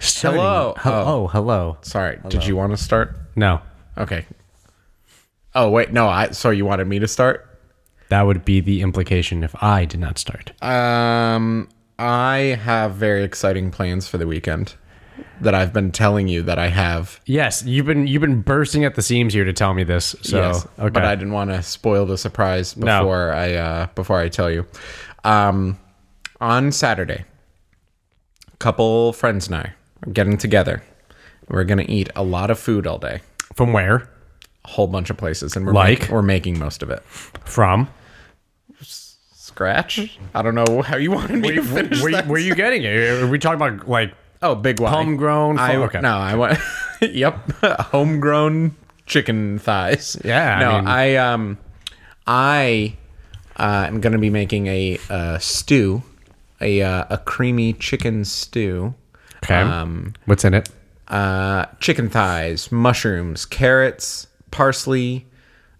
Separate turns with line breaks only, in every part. starting.
Hello.
Hel-
Oh.
oh, hello.
Sorry, did you want to start?
No,
Okay. Oh wait, no. I so you wanted me to start?
that would be the implication if I did not start.
Um, I have very exciting plans for the weekend that I've been telling you that I have.
Yes, you've been you've been bursting at the seams here to tell me this. So Oh, okay,
but I didn't want to spoil the surprise before I uh, before I tell you. Um, on Saturday, a couple friends and I are getting together. We're gonna eat a lot of food all day,
from where?
a whole bunch of places, and we're
Like?
make- we're making most of it.
From?
Scratch? I don't know how you wanted me to finish
Where,
that.
where are you getting it? Are we talking about like?
oh, big Y.
Homegrown
I,
fu- okay.
No, I want. yep, homegrown chicken thighs.
Yeah, I
No, I,
mean-
um, I uh, am gonna be making a uh, stew, a uh, a creamy chicken stew.
Okay, what's in it?
Uh, chicken thighs, mushrooms, carrots, parsley,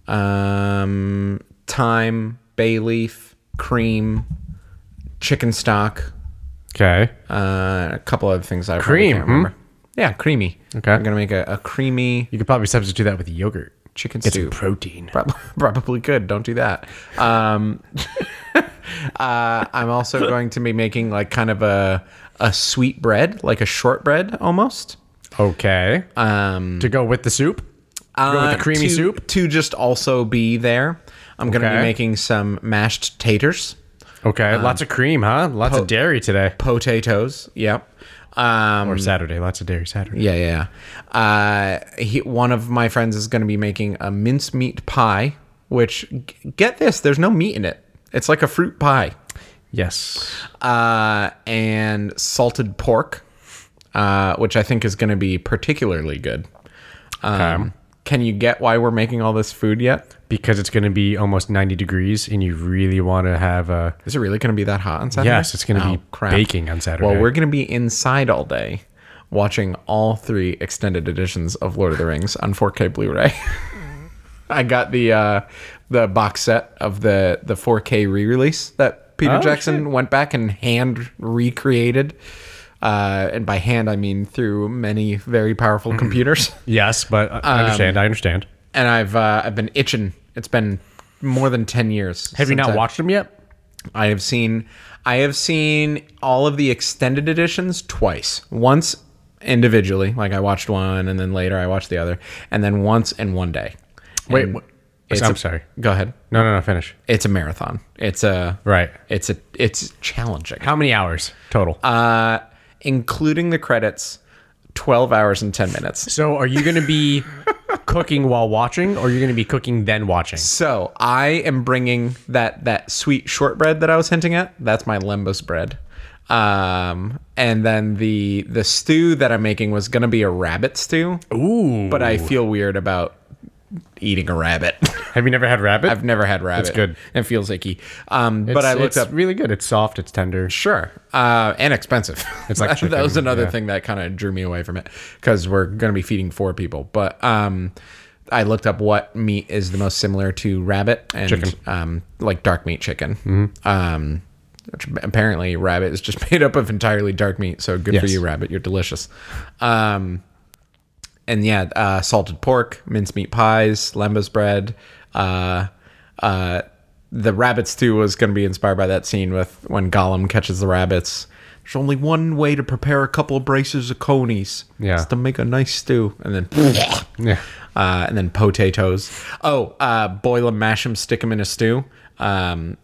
um, thyme, bay leaf, cream, chicken stock,
Okay,
uh, a couple other things I
Cream,
cream. Can't
hmm?
remember. Yeah, creamy.
Okay.
I'm gonna make a, a creamy
you could probably substitute that with yogurt.
chicken
Get
stew.
some protein.
Prob- probably good. Don't do that. Um, uh, I'm also going to be making like kind of a a sweet bread, like a shortbread almost.
Okay,
Um,
to go with the soup. go with
uh,
the creamy
to-
soup.
to just also be there. I'm gonna
Okay.
be making some mashed taters,
Okay, lots of cream, huh? Lots of dairy today.
potatoes. Yep. Um,
Or Saturday, lots of dairy Saturday.
Yeah, yeah. yeah. Uh, he, one of my friends is going to be making a mincemeat pie, which g- get this, there's no meat in it. It's like a fruit pie,
Yes.
uh, and salted pork, uh, which I think is going to be particularly good. Um,
Okay.
Can you get why we're making all this food yet?
because it's going to be almost 90 degrees and you really want to have a
Is it really going to be that hot on Saturday?
yes it's going to
Oh,
be baking on saturday
Well, we're going to be inside all day watching all three extended editions of Lord of the Rings on 4K Blu-ray. I got the uh, the box set of the the 4K re-release that Peter
Oh,
Jackson went back and hand recreated. Uh, and by hand, I mean through many very
Mm.
powerful computers.
yes but i
Um,
I understand i understand
And I've uh, I've been itching. It's been more than ten years.
have you
since
not
I've-
watched them yet
I have seen I have seen all of the extended editions twice. Once individually, like I watched one and then later I watched the other, and then once in one day.
Wait,
And
wh-
it's
i'm
a-
sorry
Go ahead.
no no no finish
It's a marathon. It's a
right
It's a it's challenging.
how many hours total
Uh including the credits, 12 hours and 10 minutes.
so are you going to be cooking while watching or are you going to be cooking then watching
So, I am bringing that that sweet shortbread that I was hinting at. That's my lembas bread. Um, and then the the stew that I'm making was gonna be a rabbit stew,
ooh
but I feel weird about eating a rabbit.
have you never had rabbit
I've never had rabbit.
good.
It feels icky. Um, but I looked
it's
up.
really good it's soft it's tender
Sure, uh, and expensive.
It's like
that was
chicken,
another
yeah.
thing that kind of drew me away from it because we're going to be feeding four people. But um, I looked up what meat is the most similar to rabbit and Um, like dark meat chicken.
Mm-hmm.
Um, which apparently rabbit is just made up of entirely dark meat. So good for
Yes.
you, rabbit. You're delicious. Um, and yeah, uh, salted pork, mincemeat pies, lembas bread. Uh, uh, the rabbit stew was going to be inspired by that scene with when Gollum catches the rabbits. There's only one way to prepare a couple of braces of conies.
Yeah.
It's to make a nice stew, and then
yeah
uh, and then potatoes. Oh, uh, boil 'em, mash 'em, stick 'em in a stew. Um,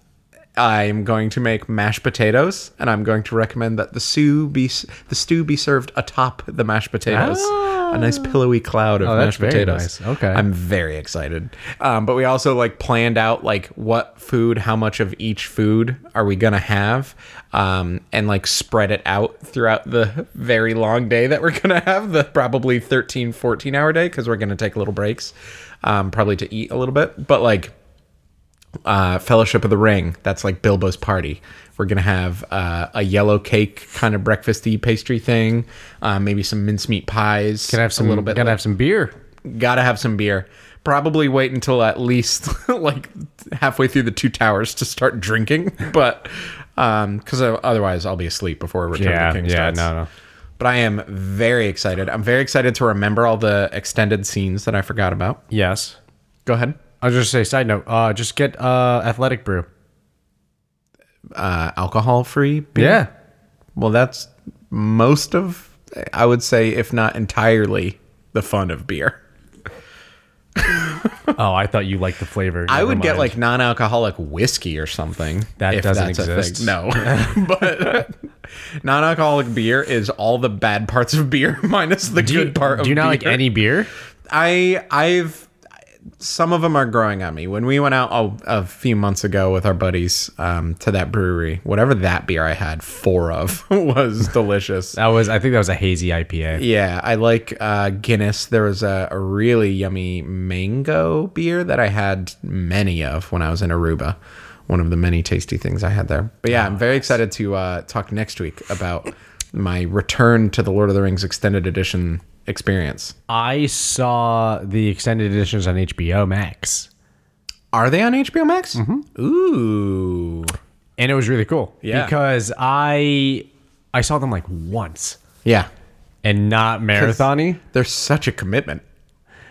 I'm going to make mashed potatoes, and I'm going to recommend that the stew be the stew be served atop the mashed potatoes. A nice pillowy cloud of
Ah. Oh, that's
mashed
very
potatoes.
nice. Okay.
I'm very excited. Um, but we also like planned out like what food, how much of each food are we gonna have, um, and like spread it out throughout the very long day that we're gonna have, the probably 13, 14 hour day, because we're gonna take little breaks, um, probably to eat a little bit. But like uh, Fellowship of the Ring. That's like Bilbo's party. We're gonna have uh, a yellow cake kind of breakfasty pastry thing, uh, maybe some mincemeat pies.
can i have some
a little bit?
can i have some beer
Gotta have some beer. Probably wait until at least like halfway through the Two Towers to start drinking, but because otherwise I'll be asleep before Return of
yeah
the King
yeah
starts.
no no
But I am very excited. I'm very excited to remember all the extended scenes that I forgot about.
Yes.
Go ahead.
I was just gonna say side note. Uh, just get uh athletic brew.
Uh, alcohol free beer.
Yeah.
Well, that's most of, I would say, if not entirely, the fun of beer.
oh, I thought you liked the flavor.
I
Never
would get
mind.
like non-alcoholic whiskey or something.
That doesn't exist.
A thing. No, but non-alcoholic beer is all the bad parts of beer minus the
Do
good
you,
part. Of
do you not like
beer.
any beer?
I I've some of them are growing on me. When we went out a, a few months ago with our buddies um, to that brewery, whatever that beer I had four of was delicious.
That was I think that was a hazy IPA.
Yeah, I like uh, Guinness. There was a, a really yummy mango beer that I had many of when I was in Aruba. One of the many tasty things I had there. But yeah, I'm very excited to uh, talk next week about my return to the Lord of the Rings extended edition experience.
I saw the extended editions on HBO Max,
Are they on HBO Max? Ooh.
and it was really cool.
Yeah.
Because I I saw them like once
Yeah.
and not marathony.
They're such a commitment.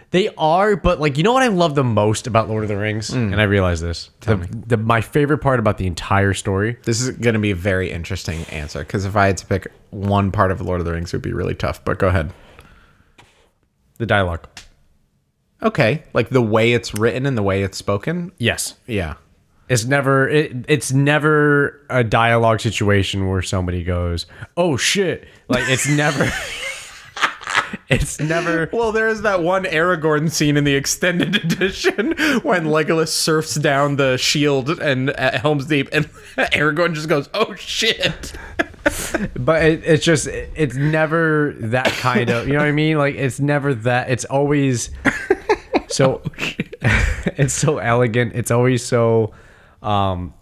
They are, but like you know what I love the most about Lord of the Rings, Mm. and I realize this. the, the my favorite part about the entire story
This is going to be a very interesting answer because if I had to pick one part of Lord of the Rings, it would be really tough. But go ahead.
the dialogue.
Okay. Like the way it's written and the way it's spoken.
Yes.
Yeah.
It's never it, it's never a dialogue situation where somebody goes, "Oh shit." Like it's never It's never
Well, there is that one Aragorn scene in the extended edition when Legolas surfs down the shield and at Helm's Deep, and Aragorn just goes, "Oh shit!"
but it, it's just it- it's never that kind of, you know what I mean? Like it's never that. It's always so it's so elegant. It's always so um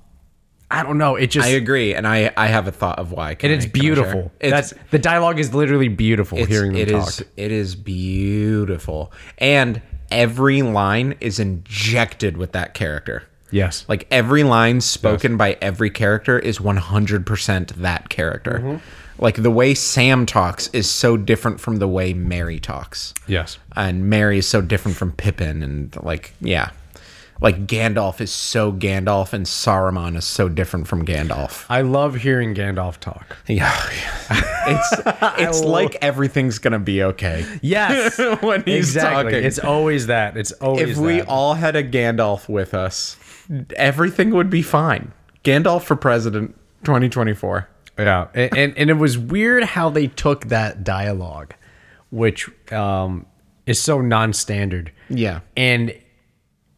I don't know. It just
I agree, and I I have a thought of why. Can
and it's
I- can I share?
beautiful.
It's,
That's the dialogue is literally beautiful
it's-
hearing them
it
talk.
is- it is beautiful, and every line is injected with that character.
yes.
Like every line spoken by every character is 100% that character.
Mm-hmm.
Like the way Sam talks is so different from the way Mary talks.
yes.
And Mary is so different from Pippin and like yeah. Like Gandalf is so Gandalf and Saruman is so different from Gandalf.
I love hearing Gandalf talk.
Yeah. it's it's
lo-
like everything's going to be okay.
Yes.
When he's
exactly.
talking.
It's always that. It's always
if we
that.
all had a Gandalf with us, everything would be fine. Gandalf for president 2024.
Yeah, and, and and it was weird how they took that dialogue, which um, is so non-standard.
Yeah.
and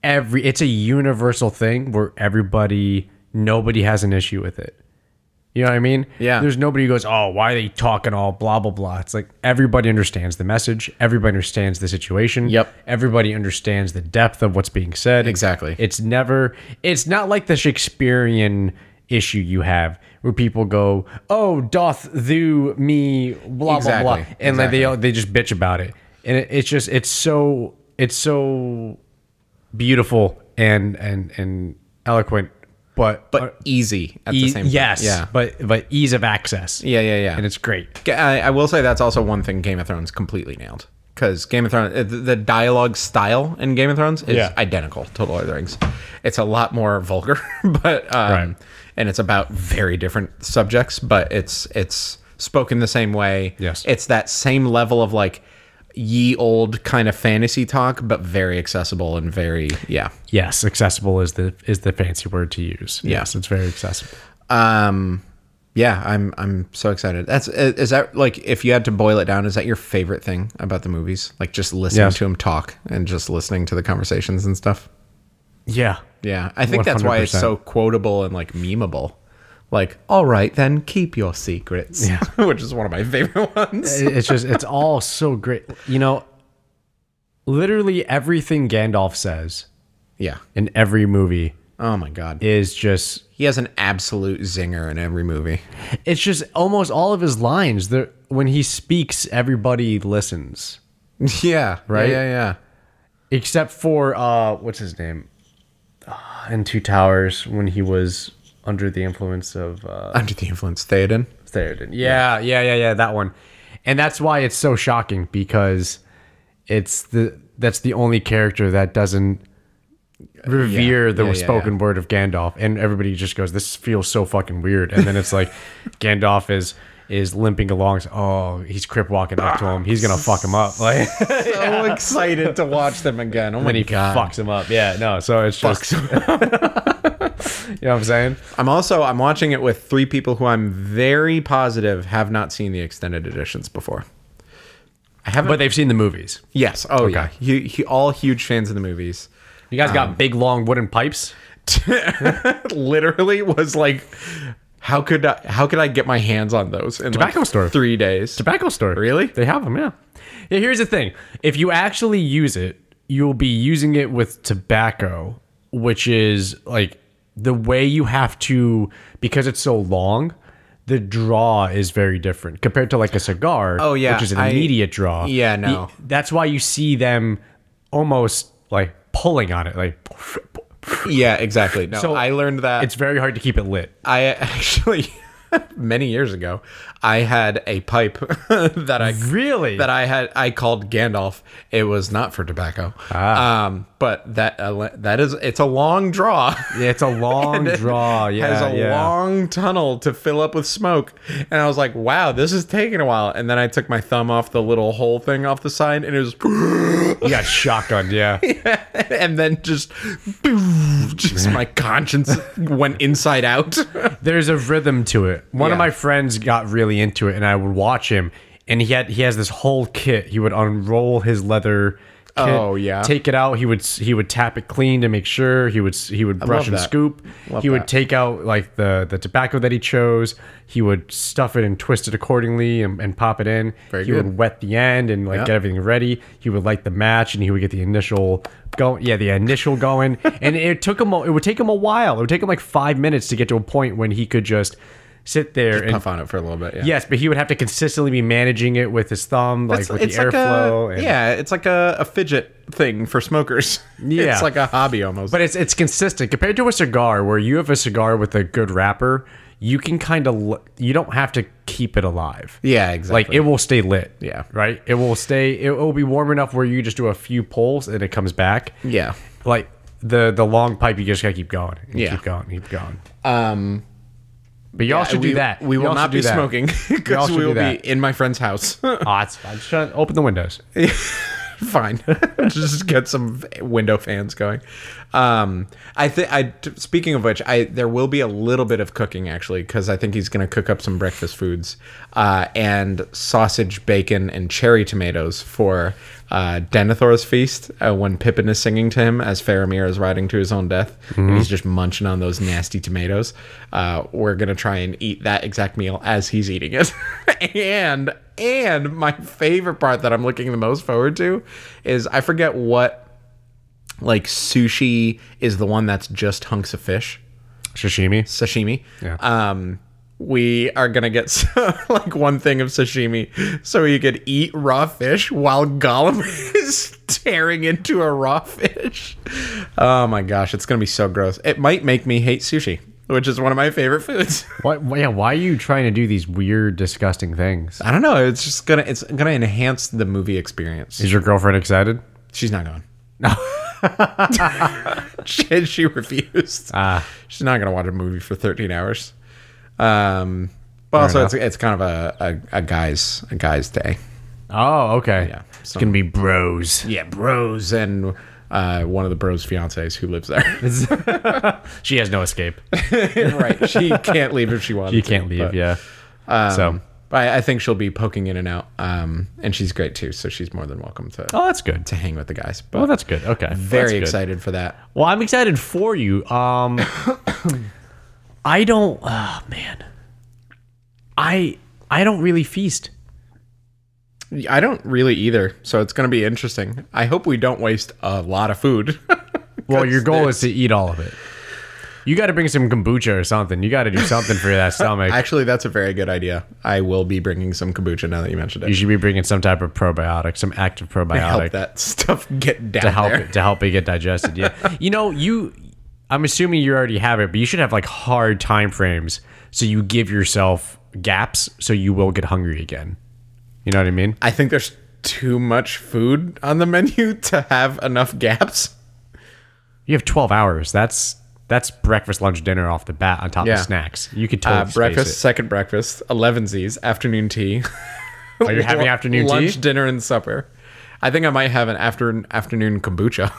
every it's a universal thing where everybody, nobody has an issue with it. You know what I mean?
Yeah.
There's nobody who goes, "Oh, why are they talking all blah blah blah." It's like everybody understands the message. Everybody understands the situation.
Yep.
Everybody understands the depth of what's being said.
Exactly.
It's never. It's not like the Shakespearean issue you have where people go, "Oh, doth thou me blah blah blah,"
Exactly.
and like they all- they just bitch about it, and it, it's just it's so it's so beautiful and and and eloquent, but
But easy at the
e-
same time.
yes,
Yeah.
but but ease of access,
Yeah, yeah, yeah.
and it's great.
I, I will say that's also one thing Game of Thrones completely nailed. Because Game of Thrones, uh, the- the dialogue style in Game of Thrones is
Yeah.
identical to Lord of the Rings. It's a lot more vulgar, but um,
Right.
and it's about very different subjects, but it's it's spoken the same way.
Yes.
it's that same level of like ye old kind of fantasy talk, but very accessible and very yeah.
Yes, accessible is the is the fancy word to use. Yes, it's very accessible.
Um, yeah, I'm I'm so excited. That's is that like if you had to boil it down, is that your favorite thing about the movies? Like just listening
Yes.
to him talk and just listening to the conversations and stuff.
Yeah.
Yeah, I think that's why it's
100%.
so quotable and like memeable. Like, all right, then keep your secrets.
Yeah.
which is one of my favorite ones.
It- it's just it's all so great. You know, literally everything Gandalf says
Yeah.
in every movie
Oh my god,
is just
he has an absolute zinger in every movie.
it's just almost all of his lines. There when he speaks, everybody listens.
yeah.
Right?
Yeah. Yeah.
Except for uh what's his name? Ah, In Two Towers when he was under the influence of uh
Under the influence, Theoden.
Theoden. Yeah, yeah, yeah, yeah, that one. and that's why it's so shocking because it's the that's the only character that doesn't revere the
Yeah, yeah,
spoken
yeah.
word of Gandalf, and everybody just goes, "This feels so fucking weird," and then it's like Gandalf is is limping along. so- Oh, he's crip walking up to him. He's gonna fuck him up. Like
So excited to watch them again. Oh my
when he
god.
fucks him up. Yeah, no. So it's just you know what I'm saying.
I'm also I'm watching it with three people who I'm very positive have not seen the extended editions before. I haven't.
But they've seen the movies.
yes. Oh yeah. He, he, all huge fans of the movies.
You guys got big long wooden pipes.
Literally was like, how could I, how could I get my hands on those in
Tobacco
like
store.
three days?
Tobacco store.
Really?
They have them, yeah. yeah. Here's the thing if you actually use it, you'll be using it with tobacco, which is like the way you have to, because it's so long, the draw is very different compared to like a cigar.
Oh, yeah,
Which is an
I-
immediate draw.
Yeah, no.
The- that's why you see them almost like pulling on it. Like
yeah, exactly. No,
So,
I learned that
it's very hard to keep it lit.
I actually many years ago I had a pipe that I
Really?
that I had I called Gandalf. It was not for tobacco.
Ah.
Um, but that uh, that is it's a long draw.
Yeah, it's a long draw. Yeah.
Has a
yeah.
long tunnel to fill up with smoke, and I was like, "Wow, this is taking a while." And then I took my thumb off the little hole thing off the side, and it was,
You got shotgun, yeah.
and then just, just my conscience went inside out.
there's a rhythm to it. One of
Yeah.
my friends got really into it, and I would watch him, and he had he has this whole kit. He would unroll his leather. Kit,
Oh, yeah.
Take it out. He would s- he would tap it clean to make sure. He would s- he would brush
love
and
that.
scoop.
Love
he would
that.
take out like the the tobacco that he chose. He would stuff it and twist it accordingly and, and pop it in.
Very
he
good.
would wet the end and like
Yeah.
get everything ready. He would light the match and he would get the initial going. Yeah, the initial going, and it took him. a- It would take him a while. It would take him like five minutes to get to a point when he could just sit there and.
Puff on it for a little bit. Yeah.
Yes, but he would have to consistently be managing it with his thumb, like with the airflow.
a,
and-
yeah, it's like a, a fidget thing for smokers.
Yeah.
it's like a hobby almost.
But it's it's consistent compared to a cigar where you have a cigar with a good wrapper, you can kind of l- you don't have to keep it alive.
yeah,
Like
exactly.
it will stay lit.
Yeah.
Right? It will stay it will be warm enough where you just do a few pulls and it comes back.
yeah.
Like the the long pipe you just gotta keep going. and
Yeah.
Keep going, keep going.
Um,
But y'all should
we,
do that.
We
Y'all
will
should
not
do
be
that.
smoking
Y'all
because
should
we
do
will
that.
be in my friend's house.
Oh, it's fine. Shut, open the windows.
Fine, just get some window fans going. Um, I think I. t- Speaking of which, I there will be a little bit of cooking actually because I think he's going to cook up some breakfast foods uh, and sausage, bacon, and cherry tomatoes for uh, Denethor's feast uh, when Pippin is singing to him as Faramir is riding to his own death and he's just munching on those nasty tomatoes. Uh, we're gonna try and eat that exact meal as he's eating it. and and my favorite part that I'm looking the most forward to is I forget what like sushi is the one that's just hunks of fish
Sashimi.
sashimi.
Yeah.
Um, we are gonna get so, like one thing of sashimi, so you could eat raw fish while Gollum is tearing into a raw fish. Oh my gosh, it's gonna be so gross. It might make me hate sushi, which is one of my favorite foods.
Why, why- yeah, why are you trying to do these weird, disgusting things?
I don't know. It's just gonna it's gonna enhance the movie experience.
Is your girlfriend excited?
She's not going. No. she, she refused.
Ah.
She's not going to watch a movie for 13 hours. Um, but also, it's, it's kind of a, a, a guy's a guy's day.
Oh, okay. Yeah. It's
so-
gonna be bros.
Yeah, bros and uh, one of the bros' fiancés who lives there.
She has no escape.
right, she can't leave if she wants.
You can't leave. yeah. so,
But I, I think she'll be poking in and out, um, and she's great too. So she's more than welcome to
oh, that's good.
to hang with the guys. But
Well, that's good. Okay. That's
very
good.
excited for that.
Well, I'm excited for you. Um, I don't. Oh man, I I don't really feast.
I don't really either, so it's going to be interesting. I hope we don't waste a lot of food.
Well, your goal is to eat all of it. You got to bring some kombucha or something. You got to do something for that stomach.
Actually, that's a very good idea. I will be bringing some kombucha now that you mentioned
you
it.
should be bringing some type of probiotic, some active probiotic.
Help that stuff get down
to help
there.
it, to help it get digested. Yeah, you know, you. I'm assuming you already have it, but you should have like hard time frames so you give yourself gaps so you will get hungry again. You know what I mean?
I think there's too much food on the menu to have enough gaps.
You have 12 hours. That's that's breakfast, lunch, dinner off the bat on top
Yeah.
of snacks. You could totally
Uh,
space
breakfast,
It.
second breakfast, elevensies, afternoon tea.
Are you having afternoon
lunch,
tea?
dinner, and supper. I think I might have an after afternoon kombucha.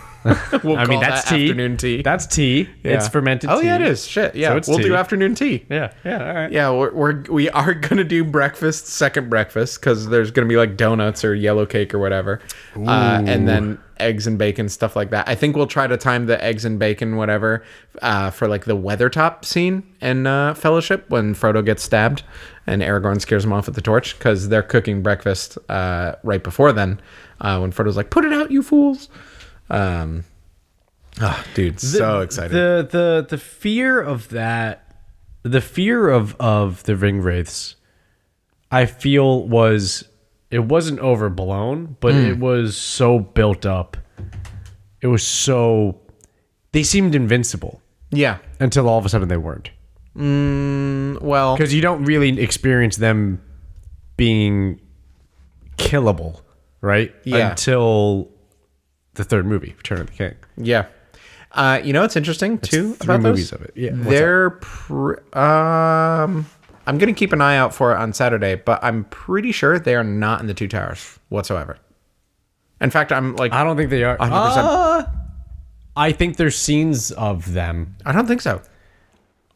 We'll
I mean,
call
that's
that
tea.
Afternoon tea.
That's tea.
Yeah.
It's fermented
Oh
tea.
yeah, it is. Shit. Yeah,
So it's
we'll do
tea.
afternoon tea.
Yeah. Yeah. All right.
Yeah, we're, we're we are gonna do breakfast, second breakfast, because there's gonna be like donuts or yellow cake or whatever, uh, and then eggs and bacon stuff like that. I think we'll try to time the eggs and bacon whatever uh, for like the Weathertop scene in uh, Fellowship when Frodo gets stabbed and Aragorn scares him off with the torch because they're cooking breakfast uh, right before then uh, when Frodo's like, "Put it out, you fools!" Um, oh, dude, so excited.
The the the fear of that, the fear of of the ring wraiths, I feel was it wasn't overblown, but
Hmm.
it was so built up. It was so they seemed invincible
yeah. Mm,
until all of a sudden they weren't
Well,
because you don't really experience them being killable, right?
Yeah.
Until the third movie, Return of the King.
Yeah. Uh, you know what's interesting too
three
about those?
movies of it. Yeah, what's
They're pr- um I'm going to keep an eye out for it on Saturday, but I'm pretty sure they are not in the two towers whatsoever. In fact, I'm like
I don't think they are.
100%.
I think there's scenes of them.
I don't think so.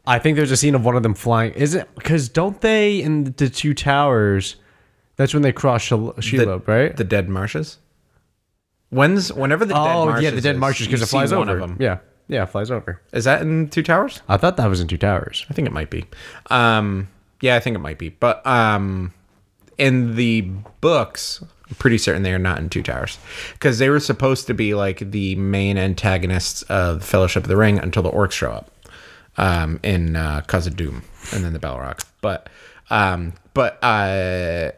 I think there's a scene of one of them flying. Is it because don't they in the two towers? That's when they cross Shil- Shelob, right?
The dead marshes. When's whenever the dead
oh
marshes
yeah, the dead
is,
marshes because
you
it flies
see
over.
one of them.
Yeah, yeah, it flies over.
Is that in two towers?
I thought that was in two towers.
I think it might be. Um, yeah, I think it might be. But um, in the books, I'm pretty certain they are not in Two Towers because they were supposed to be like the main antagonists of Fellowship of the Ring until the orcs show up um, in uh, Cause of Doom and then the Balrog. But um, but uh,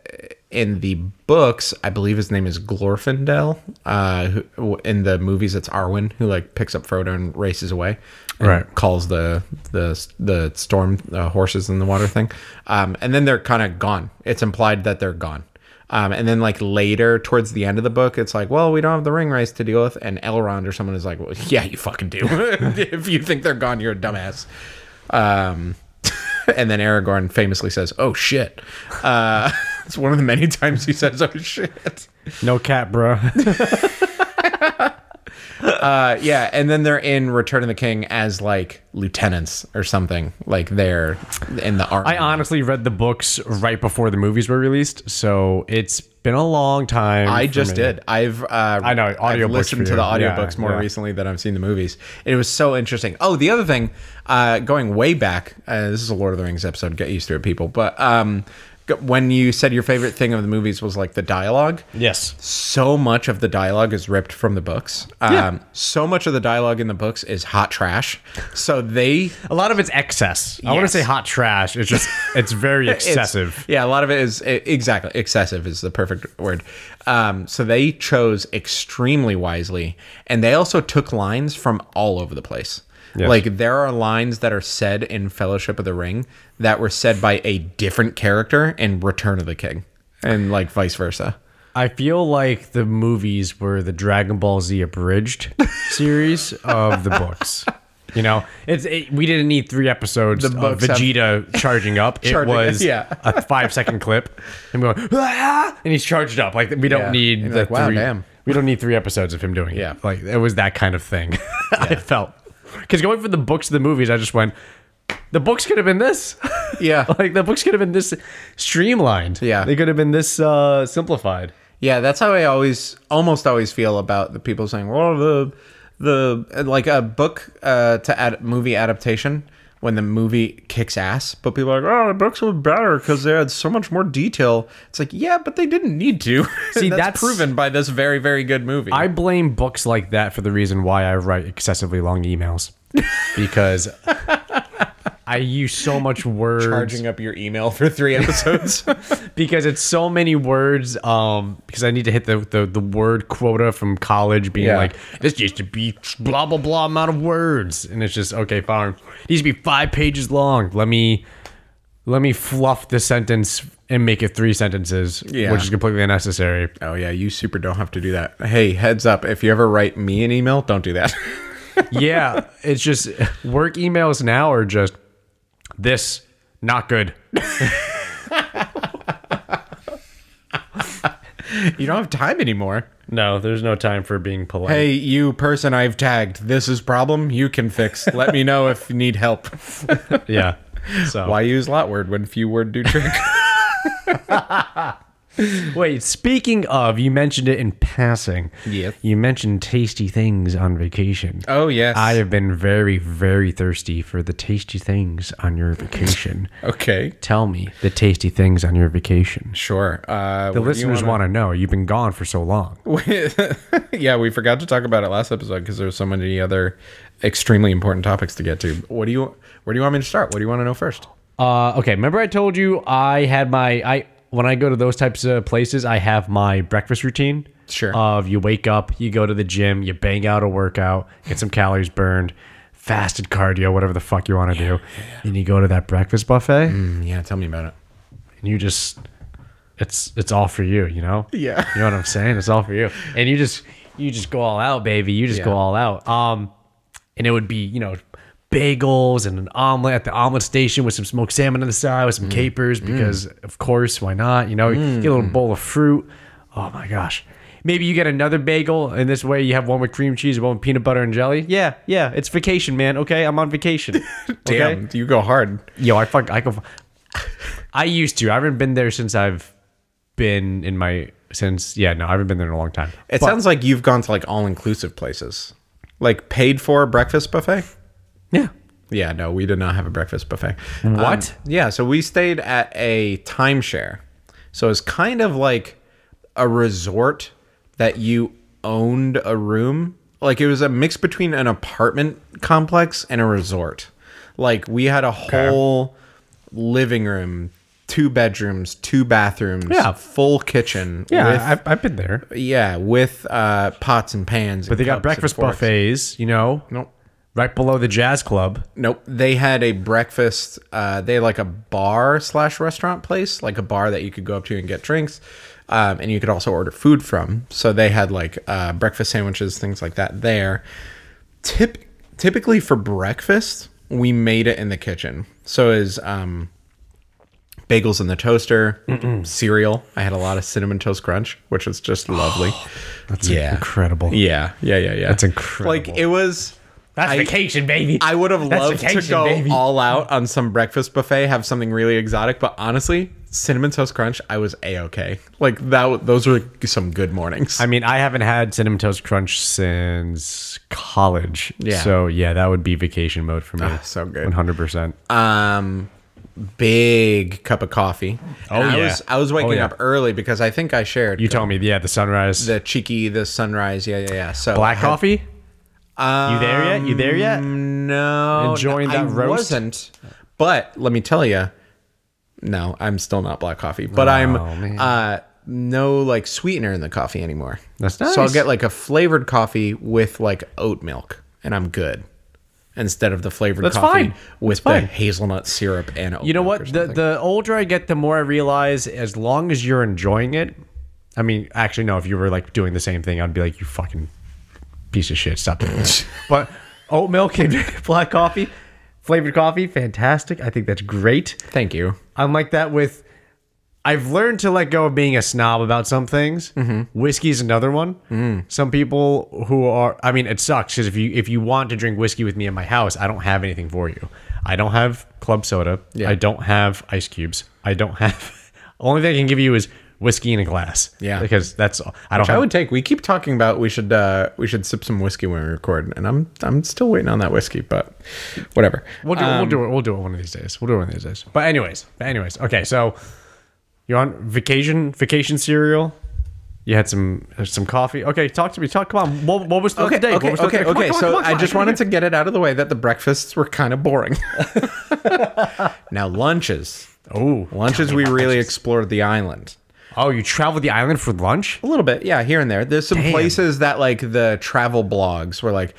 in the books, I believe his name is Glorfindel. Uh, who, in the movies, it's Arwen who like picks up Frodo and races away. and
Right.
calls the the the storm uh, horses in the water thing, um, and then they're kind of gone. It's implied that they're gone, um, and then like later towards the end of the book, it's like, well, we don't have the ring race to deal with, and Elrond or someone is like, well, yeah, you fucking do. if you think they're gone, you're a dumbass. Um, and then Aragorn famously says, "Oh shit." Uh, it's one of the many times he says, "Oh shit."
No cat, bro.
Uh, yeah, and then they're in Return of the King as like lieutenants or something, like they're in the army.
I honestly read the books right before the movies were released, so it's been a long time.
I
for
just
me.
did. I've uh,
I know,
I've
audiobooks
listened
for
to the
you. Yeah,
audiobooks more
yeah.
recently than I've seen the movies. It was so interesting. Oh, the other thing, uh, going way back, uh, this is a Lord of the Rings episode. Get used to it, people. But um, g- when you said your favorite thing of the movies was like the dialogue,
Yes.
so much of the dialogue is ripped from the books. Um,
Yeah.
So much of the dialogue in the books is hot trash. So they
A lot of it's excess. I want to
Yes.
say hot trash. It's just it's very
It's-
excessive.
yeah, a lot of it is e- exactly excessive is the perfect word. Um, so they chose extremely wisely, and they also took lines from all over the place.
Yes.
Like there are lines that are said in Fellowship of the Ring that were said by a different character in Return of the King, and like vice versa.
I feel like the movies were the Dragon Ball Z abridged series of the books. You know, it's it, we didn't need three episodes the of
books have-
Vegeta charging up.
Charging,
it was
yeah.
a five second clip, and going "Ah!" and he's charged up. Like we don't
Yeah.
need
And
the
like, wow,
three.
damn.
We don't need three episodes of him doing it.
Yeah.
like it was that kind of thing. I felt because going from the books to the movies, I just went. The books could have been this.
Yeah.
like the books could have been this streamlined.
Yeah.
they could have been this uh, simplified.
Yeah, that's how I always, almost always feel about the people saying, "Well, the the like a book uh, to ad- movie adaptation when the movie kicks ass, but people are like, "Oh, the books were better because they had so much more detail." It's like, yeah, but they didn't need to.
See,
See, that's,
that's-
proven by this very, very good movie.
I blame books like that for the reason why I write excessively long emails because I use so much words
charging up your email for three episodes.
because it's so many words um because I need to hit the the, the word quota from college being
Yeah.
like this used to be blah blah blah amount of words and it's just okay fine it needs to be 5 pages long let me let me fluff the sentence and make it three sentences,
Yeah.
which is completely unnecessary.
Oh yeah, you super don't have to do that. Hey, heads up, if you ever write me an email, don't do that.
yeah, it's just work emails now are just this not good.
you don't have time anymore.
No, there's no time for being polite.
Hey, you person I've tagged, this is problem you can fix. Let me know if you need help.
Yeah. So
Why use lot word when few word do trick?
wait, speaking of, you mentioned it in passing.
Yep.
You mentioned tasty things on vacation.
oh yes.
I have been very, very thirsty for the tasty things on your vacation.
okay.
Tell me the tasty things on your vacation.
Sure. Uh,
The listeners want to know. You've been gone for so long.
yeah, we forgot to talk about it last episode because there were so many other extremely important topics to get to. What do you? Where do you want me to start? What do you want to know first?
Uh, okay, remember I told you I had my I when I go to those types of places, I have my breakfast routine.
Sure.
Of you wake up, you go to the gym, you bang out a workout, get some calories burned, fasted cardio, whatever the fuck you want to do, and you go to that breakfast buffet,
Mm, Yeah, tell me about it.
and you just it's it's all for you, you know.
Yeah.
You know what I'm saying? It's all for you, and you just you just go all out, baby. You just go
Yeah.
all out. Um, and it would be you know bagels and an omelet at the omelet station with some smoked salmon on the side with
Mm.
some capers because of course why not? You know, you get a
Mm.
little bowl of fruit. Oh my gosh. Maybe you get another bagel, and this way you have one with cream cheese, one with peanut butter and jelly. Yeah, yeah, it's vacation, man. Okay, I'm on vacation. Okay?
Damn, you go hard.
Yo, I fuck. I go. I used to. I haven't been there since I've been in my since. Yeah, no, I haven't been there in a long time.
It sounds like you've gone to like all inclusive places, like paid for breakfast buffet.
Yeah.
Yeah, no, we did not have a breakfast buffet.
What?
Um, yeah, so we stayed at a timeshare. So it's kind of like a resort that you owned a room. Like it was a mix between an apartment complex and a resort. Like we had a whole living room, two bedrooms, two bathrooms,
Yeah.
full kitchen. with-
Yeah, I, I've been there.
yeah, with uh, pots and pans.
But they got breakfast buffets. You know,
Nope.
right below the jazz club.
Nope. They had a breakfast. Uh, they had like a bar slash restaurant place, like a bar that you could go up to and get drinks, um, and you could also order food from. So they had like uh, breakfast sandwiches, things like that. There, Tip- typically for breakfast, we made it in the kitchen. So is um, bagels in the toaster, cereal. I had a lot of cinnamon toast crunch, which was just lovely.
That's
Yeah.
incredible.
yeah, yeah, yeah, yeah. That's
incredible.
Like it was.
That's
I-
vacation, baby.
I would have
That's
loved to
vacation,
go
baby.
all out on some breakfast buffet, have something really exotic, but honestly, cinnamon toast crunch, I was a okay. Like that, w- those were some good mornings.
I mean, I haven't had cinnamon toast crunch since college.
Yeah.
So yeah, Ah, that would be vacation mode for me.
so good.
One hundred percent.
um, big cup of coffee.
Oh,
I
yeah.
was I was waking
Oh, yeah.
up early because I think I shared
You told me, yeah, the sunrise,
the cheeky, the sunrise. Yeah, yeah, yeah. So
black
I-
coffee. you there yet? You there yet?
No,
Enjoying
no,
that
I
roast?
wasn't. But let me tell you, no, I'm still not black coffee. But I'm
man.
uh, no like sweetener in the coffee anymore.
That's
So I'll
nice.
get like a flavored coffee with like oat milk, and I'm good. Instead of the flavored
That's
coffee
fine.
with
That's
the
fine.
hazelnut syrup and oat
You know
milk
what?
or
The
something.
the older I get, the more I realize as long as you're enjoying it. I mean, actually, no. If you were like doing the same thing, I'd be like, you fucking piece of shit, stop doing that. but oat milk and black coffee, flavored coffee, fantastic. I think that's great.
Thank you.
I'm like that with. I've learned to let go of being a snob about some things.
Mm-hmm.
Whiskey's another one.
Mm.
Some people who are, I mean, it sucks because if you if you want to drink whiskey with me in my house, I don't have anything for you. I don't have club soda. I don't have ice cubes. I don't have. only thing I can give you is whiskey in a glass.
Yeah.
because that's all. I don't.
I
have,
would take. We keep talking about we should uh, we should sip some whiskey when we record, and I'm I'm still waiting on that whiskey, but whatever.
We'll do,
Um,
we'll do it. We'll do it one of these days. We'll do it one of these days. But anyways, but anyways, okay. So you're on vacation, vacation cereal. You had some uh, some coffee. Okay, talk to me. Talk. Come on. What, what was the
Okay,
day?
okay, okay, okay. So I just wanted to get it out of the way that the breakfast were kind of boring. now lunches,
Oh,
lunches, we really explored the island
oh, you traveled the island for lunch?
a little bit. Yeah, here and there. There's some places that like the travel blogs were like,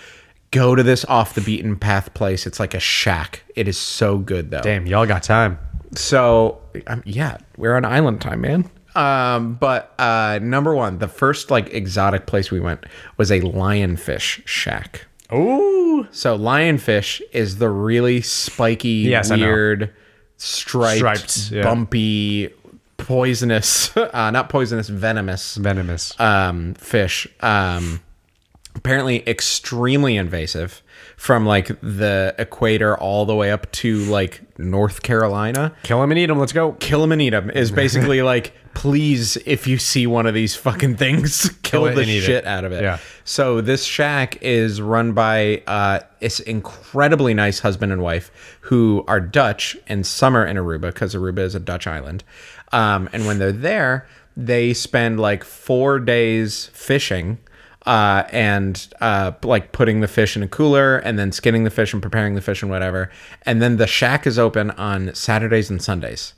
go to this off the beaten path place. It's like a shack. It is so good though.
Damn, y'all got time.
So um, yeah, we're on island time, man. Um, but uh, number one, the first like exotic place we went was a lionfish shack.
Ooh.
So lionfish is the really spiky,
Yes, I know.
weird, striped,
Striped, yeah.
bumpy, poisonous, uh, not poisonous, venomous
Venomous.
um, fish. Um, apparently, extremely invasive from like the equator all the way up to like North Carolina.
Kill him and eat him. Let's go.
Kill 'em and eat 'em is basically like, please, if you see one of these fucking things, kill,
it
the
and eat it.
shit out of it.
Yeah.
So this shack is run by uh, this incredibly nice husband and wife who are Dutch and summer in Aruba because Aruba is a Dutch island. Um, and when they're there, they spend like four days fishing uh, and uh, like putting the fish in a cooler and then skinning the fish and preparing the fish and whatever. And then the shack is open on Saturdays and Sundays.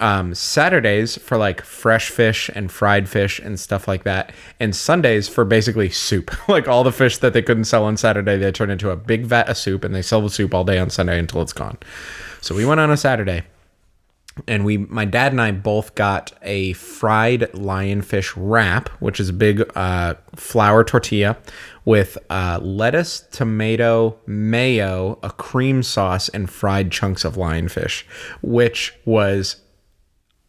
Um, Saturdays for like fresh fish and fried fish and stuff like that, and Sundays for basically soup. like all the fish that they couldn't sell on Saturday, they turn into a big vat of soup and they sell the soup all day on Sunday until it's gone. So we went on a Saturday and we my dad and I both got a fried lionfish wrap, which is a big uh, flour tortilla with uh, lettuce, tomato, mayo, a cream sauce, and fried chunks of lionfish, which was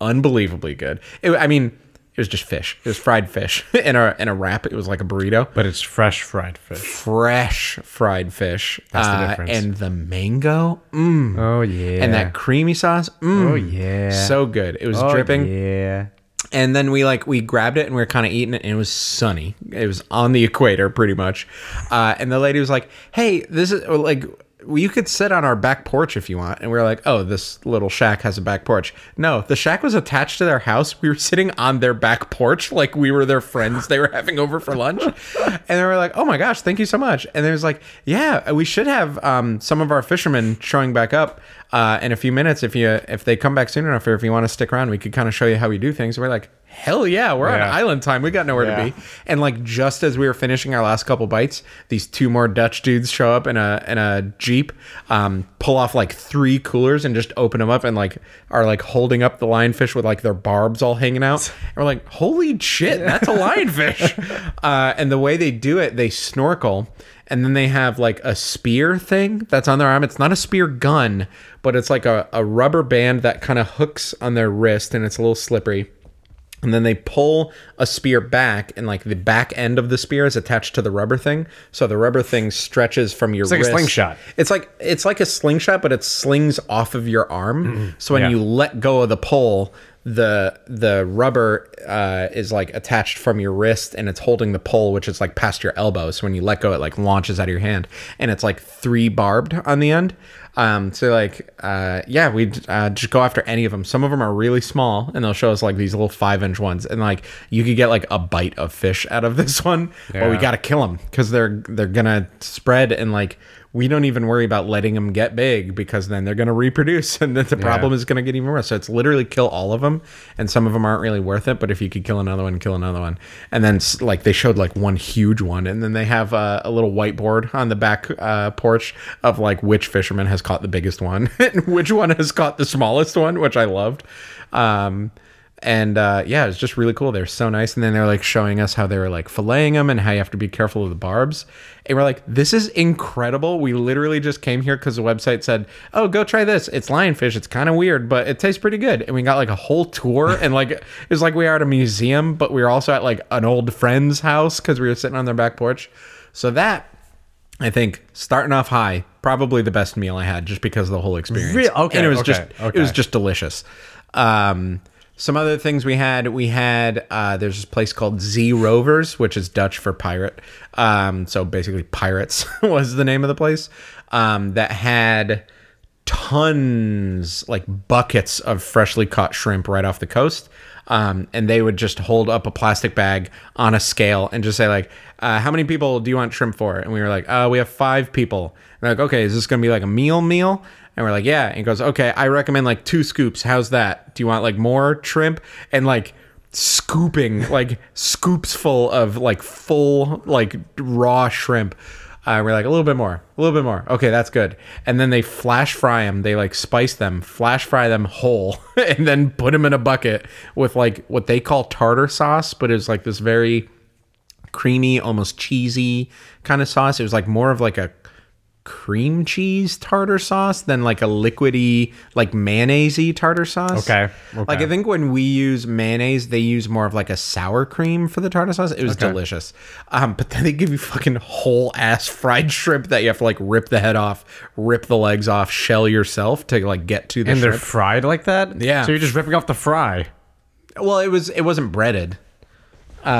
unbelievably good. It, I mean, it was just fish. It was fried fish in a in a wrap. It was like a burrito
But it's fresh fried fish.
fresh fried fish.
the
uh,
difference.
And the mango, mm.
Oh yeah.
and that creamy sauce, mm.
Oh yeah.
so good. It was
Oh,
dripping.
Yeah.
And then we like we grabbed it and we were kind of eating it, and it was sunny. It was on the equator pretty much. Uh, and the lady was like, "Hey, this is like." well, You could sit on our back porch if you want. And we were like, oh, this little shack has a back porch. No, the shack was attached to their house. We were sitting on their back porch like we were their friends they were having over for lunch. And they were like, oh my gosh, thank you so much. And they was like, yeah, we should have um, some of our fishermen showing back up uh, in a few minutes if you if they come back soon enough or if you want to stick around we could kind of show you how we do things And we're like hell yeah we're on
Yeah.
island time we got nowhere
Yeah.
to be and like just as we were finishing our last couple bites these two more dutch dudes show up in a in a jeep um, pull off like three coolers and just open them up and like are like holding up the lionfish with like their barbs all hanging out and we're like holy shit that's a lionfish uh, and the way they do it they snorkel and then they have like a spear thing that's on their arm. It's not a spear gun, but it's like a, a rubber band that kind of hooks on their wrist and it's a little slippery. And then they pull a spear back, and like the back end of the spear is attached to the rubber thing. So the rubber thing stretches from your it's
like a slingshot.
It's like it's like a slingshot, but it slings off of your arm. So when
Mm-hmm. Yeah.
you let go of the pole, the the rubber uh, is like attached from your wrist, and it's holding the pole, which is like past your elbow. So when you let go, it like launches out of your hand, and it's like three barbed on the end. Um, so like uh, yeah, we uh, just go after any of them. Some of them are really small, and they'll show us like these little five inch ones, and like you could get like a bite of fish out of this one, but we
Yeah.
got to kill them because they're they're gonna spread and like we don't even worry about letting them get big because then they're gonna reproduce and then the problem is gonna get even worse. So it's literally kill all of them, and some of them aren't really worth it. But if you could kill another one, kill another one, and then s- like they showed like one huge one, and then they have uh, a little whiteboard on the back uh, porch of like which fisherman has caught the biggest one and which one has caught the smallest one, which I loved. Um, and uh, yeah, it's just really cool. They're so nice, and then they're like showing us how they were like filleting them and how you have to be careful of the barbs. And we're like, this is incredible. We literally just came here because the website said, "Oh, go try this. It's lionfish. It's kind of weird, but it tastes pretty good." And we got like a whole tour, and like it was like we are at a museum, but we were also at like an old friend's house because we were sitting on their back porch. So that, I think, starting off high, probably the best meal I had just because of the whole experience.
Real- okay,
and it was
okay,
just it was
okay.
just delicious. Um, some other things we had, we had uh, there's this place called Z Rovers, which is Dutch for pirate. Um, so basically, pirates was the name of the place um, that had tons, like buckets of freshly caught shrimp right off the coast. Um, and they would just hold up a plastic bag on a scale and just say like, uh, "How many people do you want shrimp for?" And we were like, "Uh, we have five people." And they're like, "Okay, is this gonna be like a meal meal?" And we're like, yeah. And he goes, okay, I recommend like two scoops. How's that? Do you want like more shrimp? And like scooping, like scoops full of like full, like raw shrimp. Uh, we're like a little bit more, a little bit more. Okay, that's good. And then they flash fry them. They like spice them, flash fry them whole, and then put them in a bucket with like what they call tartar sauce, but it's like this very creamy, almost cheesy kind of sauce. It was like more of like a cream cheese tartar sauce than like a liquidy, like mayonnaisey tartar sauce.
Okay,
Like
okay.
I think when we use mayonnaise, they use more of like a sour cream for the tartar sauce. It was
Okay.
delicious. Um, but then they give you fucking whole ass fried shrimp that you have to like rip the head off, rip the legs off, shell yourself to like get to the
and they're
shrimp.
fried like that.
Yeah.
So you're just ripping off the fry.
Well, it was it wasn't breaded.
oh,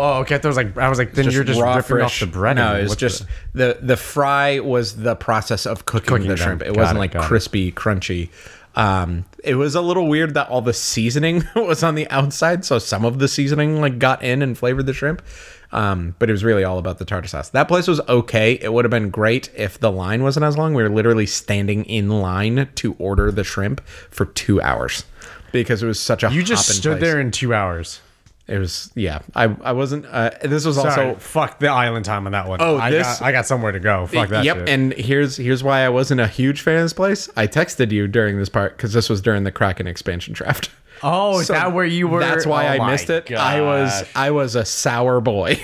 oh, okay. I thought it was like I was like, then you're just
Um, raw,
ripping
fresh-
off the bread.
No,
and
it's
what's
just the the fry was the process of cooking,
Cooking
the
them.
shrimp. It
Got
wasn't
it,
like
got it.
crispy, crunchy. Um, it was a little weird that all the seasoning was on the outside, so some of the seasoning like got in and flavored the shrimp. Um, but it was really all about the tartar sauce. That place was okay. It would have been great if the line wasn't as long. We were literally standing in line to order the shrimp for two hours because it was such a
you just
hopping
stood
place.
there in two hours.
It was yeah. I I wasn't. Uh, this was
Sorry,
also
fuck the island time on that one.
Oh,
I
this-
got, I got somewhere to go. Fuck that.
yep
shit.
and here's here's why i wasn't a huge fan of this place i texted you during this part because this was during the kraken expansion draft
oh, is
So
that where you were?
that's why
Oh
i
my
missed it i was
gosh.
i was a sour boy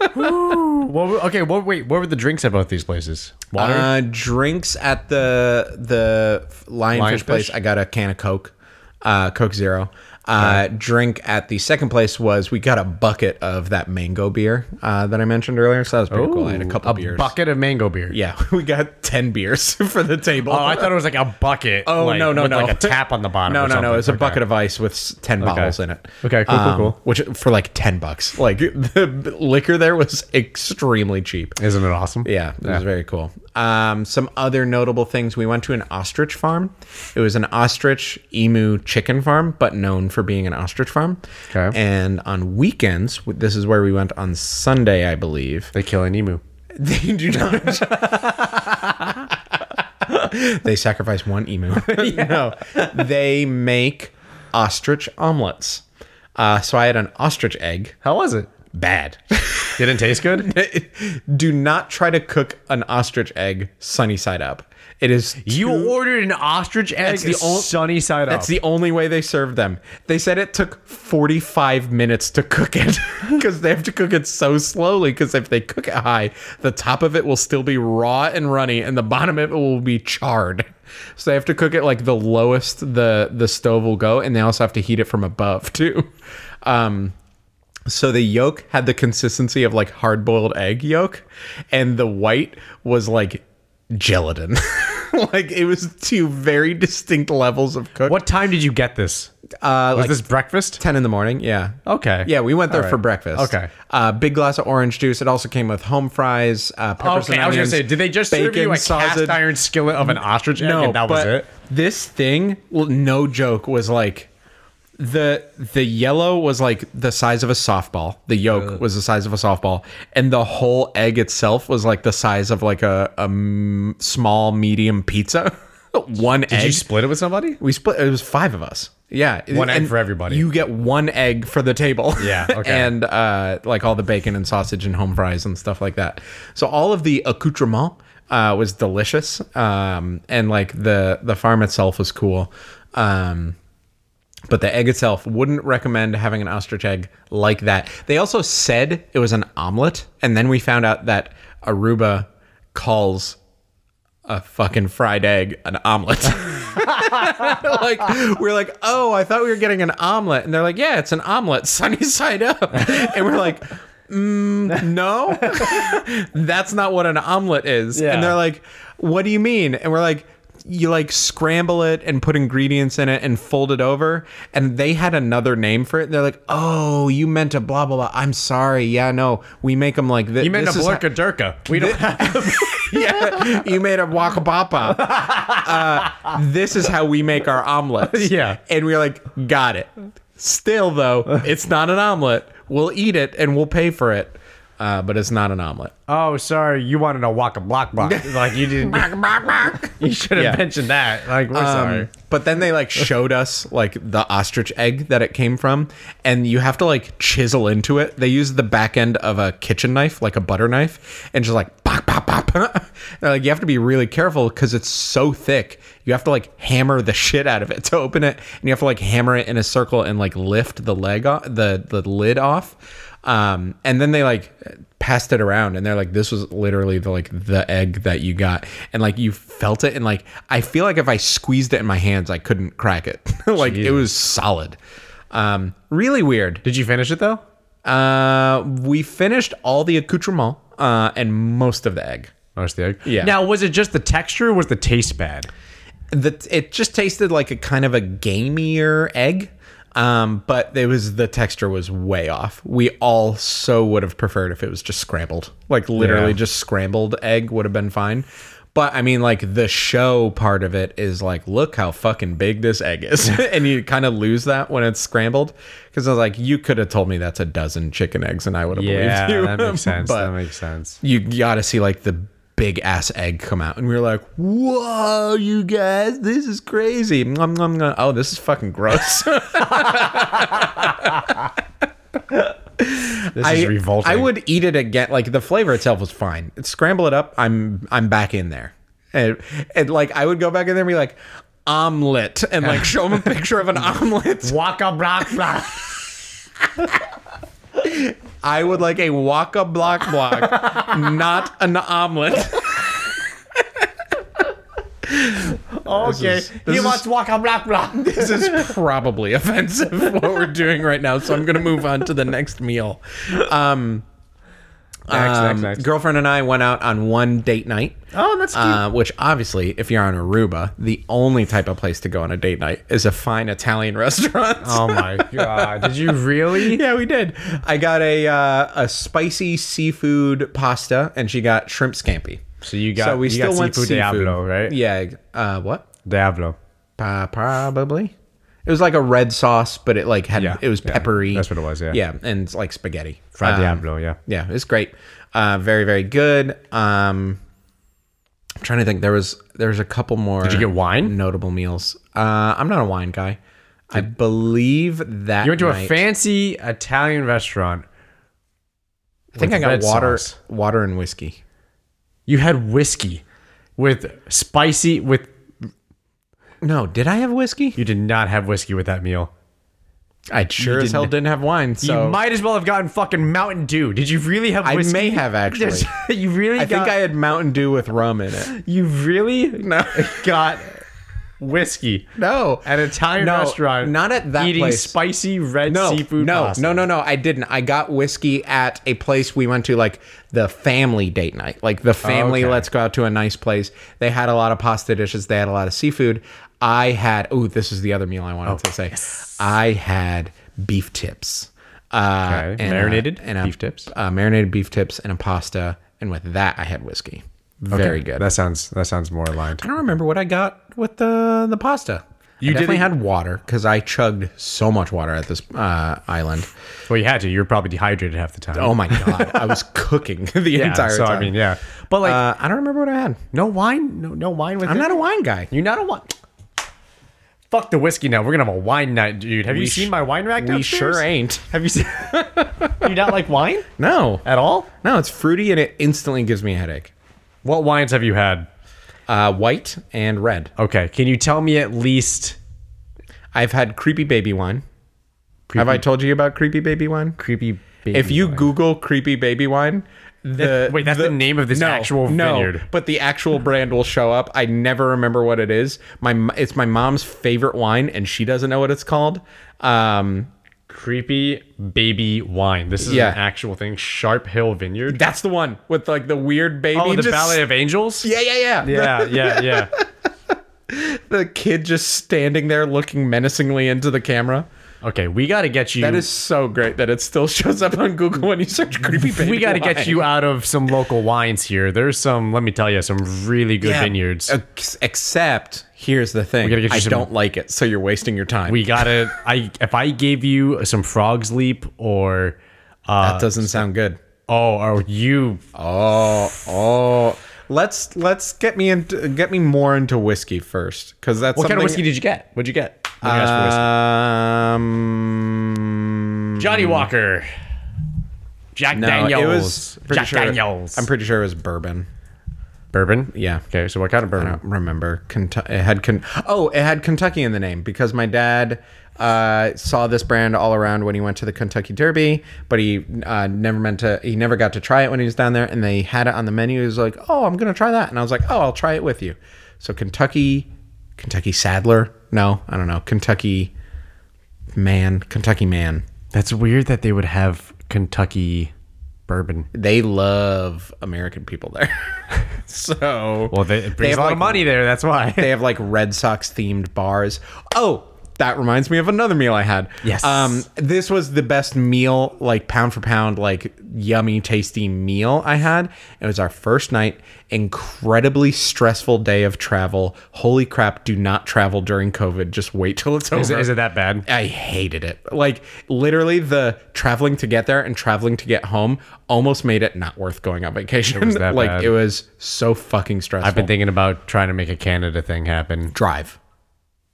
What were- okay. What? Wait. What were the drinks at both these places? Water.
uh drinks at the the lionfish,
Lionfish?
place i got a can of coke uh coke zero uh, drink at the second place was we got a bucket of that mango beer uh, that I mentioned earlier, so that was pretty cool. I had a
Ooh,
couple beers.
bucket of mango beer.
Yeah, we got ten beers for the table.
Oh, I thought it was like a bucket.
Oh
like,
no no
with
no!
Like a tap on the bottom.
No
or
no no!
something.
It's a
Okay.
bucket of ice with s- ten bottles in it. Um,
Okay, cool, cool, cool.
Which for like ten bucks, like the liquor there was extremely cheap.
Isn't it awesome?
Yeah, it was very cool. Um, some other notable things: we went to an ostrich farm. It was an ostrich emu chicken farm, but known for being an ostrich farm.
Okay.
And on weekends, w- this is where we went on Sunday, I believe.
They kill an emu.
They do not. they sacrifice one emu. No, they make ostrich omelets. Uh, so I had an ostrich egg.
How was it?
Bad.
Didn't taste good.
do not try to cook an ostrich egg sunny side up. It is
You ordered an ostrich egg
the ol-
sunny side
That's
up.
the only way they serve them. They said it took 45 minutes to cook it because they have to cook it so slowly. Because if they cook it high, the top of it will still be raw and runny, and the bottom of it will be charred. So they have to cook it like the lowest the the stove will go, and they also have to heat it from above too. Um, so the yolk had the consistency of like hard boiled egg yolk, and the white was like gelatin. like it was two very distinct levels of cooked.
what time did you get this?
Uh,
Was
like
this breakfast?
ten in the morning? Yeah.
Okay.
Yeah, we went there
All
for
right.
breakfast.
Okay.
Uh, big glass of orange juice. It also came with home fries, uh, peppers
Okay,
and
I was gonna
onions,
say, did they just serve you a cast iron skillet of an ostrich egg
No,
and that was
but
it?
This thing, well, no joke, was like the the yellow was like the size of a softball. The yolk was the size of a softball, and the whole egg itself was like the size of like a, a m- small medium pizza. One egg.
Did you split it with somebody?
We split. It was five of us. Yeah,
One egg
and
for everybody.
You get one egg for the table.
Yeah, okay.
and uh, like all the bacon and sausage and home fries and stuff like that. So all of the accoutrement uh, was delicious, um, and like the the farm itself was cool. Um, but the egg itself wouldn't recommend having an ostrich egg like that. They also said it was an omelet, and then we found out that Aruba calls a fucking fried egg an omelet. like we're like, oh, I thought we were getting an omelet, and they're like, yeah, it's an omelet, sunny side up, and we're like. Mm, no, that's not what an omelet is.
Yeah.
And they're like, "What do you mean?" And we're like, "You like scramble it and put ingredients in it and fold it over." And they had another name for it. they're like, "Oh, you meant a blah blah blah." I'm sorry. Yeah, no, we make them like this.
You meant a
this is
blurka durka. We don't have
yeah, you made a waka papa. Uh, this is how we make our omelets.
Yeah.
and we are like, got it. Still though, it's not an omelet. We'll eat it and we'll pay for it, uh, but it's not an omelet.
Oh, sorry, you wanted to walk a block block. Like you didn't You should have
Yeah.
mentioned that. Like we're sorry.
Um, but then they like showed us like the ostrich egg that it came from, and you have to like chisel into it. They use the back end of a kitchen knife, like a butter knife, and just like bok pop, pop. They're like, you have to be really careful because it's so thick. You have to like hammer the shit out of it to open it, and you have to like hammer it in a circle and like lift the leg off the the lid off. Um, and then they like passed it around, and they're like, this was literally the like the egg that you got, and like you felt it, and like I feel like if I squeezed it in my hands, I couldn't crack it. like it was solid. Um, really weird.
Did you finish it though?
Uh, we finished all the accoutrement uh, and most of the egg.
Most of Oh, the egg.
Yeah.
Now, was it just the texture? or Was the taste bad?
The, it just tasted like a kind of a gamier egg, um, but it was the texture was way off. We all so would have preferred if it was just scrambled, like literally
Yeah.
just scrambled egg would have been fine. But I mean, like the show part of it is like, look how fucking big this egg is, and you kind of lose that when it's scrambled. Because I was like, you could have told me that's a dozen chicken eggs, and I would have
Yeah,
believed you.
that makes sense.
But-
that makes sense.
you gotta see like the big ass egg come out and we were like whoa you guys this is crazy Nom, nom, nom. oh this is fucking gross
This
I,
is revolting.
I would eat it again like the flavor itself was fine scramble it up i'm i'm back in there and, and like i would go back in there and be like omelet and like show them a picture of an omelet
Waka block block.
i would like a waka block block not an omelet
Okay.
is- this is-
waka block block.
this is probably offensive what we're doing right now so i'm gonna move on to the next meal um,
Next, next,
um,
next.
girlfriend and i went out on one date night
Oh, that's cute.
uh, which obviously if you're on aruba the only type of place to go on a date night is a fine italian restaurant
oh my god! Did you really?
yeah we did i got a uh, a spicy seafood pasta and she got shrimp scampi
So you got you got seafood Diablo, right?
yeah uh, what
Diablo.
Uh, probably. It was like a red sauce, but it like had
Yeah,
it was
yeah.
peppery.
That's what it was, yeah.
Yeah, and it's like spaghetti.
Fried
Um,
Diablo. Yeah.
Yeah, it's great. Uh, very very good. Um, I'm trying to think. There was there's a couple more. Did
you get wine?
Notable meals. Uh, I'm not a wine guy. I believe that
You went to
night-
a fancy Italian restaurant.
I think I got water, water and whiskey.
You had whiskey with spicy with.
No, did I have whiskey?
You did not have whiskey with that meal.
I sure as
didn't-
hell didn't have wine. So
you might as well have gotten fucking Mountain Dew. Did you really have
I
whiskey?
may have actually.
you really
I
got,
think I had Mountain Dew with rum in it.
you really
No.
got whiskey
No,
at an Italian
No,
restaurant.
not at that
eating
place.
spicy red
no,
seafood
no,
pasta.
no, no, no. I didn't. I got whiskey at a place we went to, like the family date night. Like the family,
okay.
let's go out to a nice place. They had a lot of pasta dishes. They had a lot of seafood. I had. Oh, this is the other meal I wanted to say. I had beef tips. Uh,
Okay.
and, uh,
Marinated
and a-
beef tips?
Uh, marinated beef tips and a pasta. And with that, I had whiskey. Very good.
That sounds that sounds more aligned.
I don't remember what I got with the the pasta. You
You
definitely
didn't-
had water because I chugged so much water at this uh, island.
Well, you had to. You were probably dehydrated half the time.
Oh my god, I was cooking the
yeah,
entire
so,
time.
I mean, yeah, but like
uh, I don't remember what I had.
no wine, no no wine with
I'm
it.
not a wine guy.
You're not a wine. Fuck the whiskey now. We're gonna have a wine night, dude. Have you
sh-
seen my wine rack?
We sure
downstairs?
ain't.
Have you seen? you not like wine
No,
at all?
no, it's fruity and it instantly gives me a headache.
What wines have you had?
Uh, white and red.
Okay, can you tell me at least
I've had creepy baby wine. Have I told you about creepy baby wine?
creepy? Baby
If you
wine?
Google creepy baby wine, the
wait, that's the name of this actual vineyard.
but the actual brand will show up. I never remember what it is. My m- it's my mom's favorite wine, and she doesn't know what it's called. Um,
creepy baby wine, this is
Yeah.
an actual thing. Sharp Hill Vineyard.
that's the one with like the weird baby.
Oh, the
just-
Ballet of Angels.
Yeah, yeah, yeah.
yeah, yeah, yeah.
The, the kid just standing there looking menacingly into the camera.
Okay, we got to get you.
That is so great that it still shows up on Google when you search creepy baby.
we got to
wine.
get you out of some local wines here. There's some, let me tell you, some really good
Yeah, Uh,
vineyards.
ex- Except here's the thing:
gotta get you
I
some-
don't like it, so you're wasting your time.
we got to I if I gave you some Frog's Leap or uh
that doesn't sound good.
oh, or you
Oh, oh. Let's let's get me into get me more into whiskey first, because that's
What
something,
kind of whiskey did you get? What'd you get? Let me ask for whiskey.
Um,
Johnny Walker. Jack
no,
Daniels.
It was pretty
Jack
sure,
Daniels.
I'm pretty sure it was bourbon.
Bourbon?
Yeah.
Okay, so what kind of
I
bourbon?
don't remember. Kentu- it had Ken- oh, it had Kentucky in the name because my dad uh, saw this brand all around when he went to the Kentucky Derby, but he uh, never meant to. He never got to try it when he was down there, and they had it on the menu. He was like, "Oh, I'm gonna try that," and I was like, "Oh, I'll try it with you." So Kentucky, Kentucky Saddler? No, I don't know. Kentucky Man, Kentucky Man.
That's weird that they would have Kentucky bourbon.
They love American people there, so
Well, they, it brings
have,
a lot of
like,
money there. That's why.
they have like Red Sox themed bars. Oh, that reminds me of another meal I had.
Yes.
Um, this was the best meal, like pound for pound, like yummy, tasty meal I had. It was our first night, incredibly stressful day of travel. Holy crap, do not travel during COVID. Just wait till it's over.
Is it, is it that bad?
I hated it. Like literally the traveling to get there and traveling to get home almost made it not worth going on vacation.
was that
like
bad.
it was so fucking stressful.
I've been thinking about trying to make a Canada thing happen.
drive.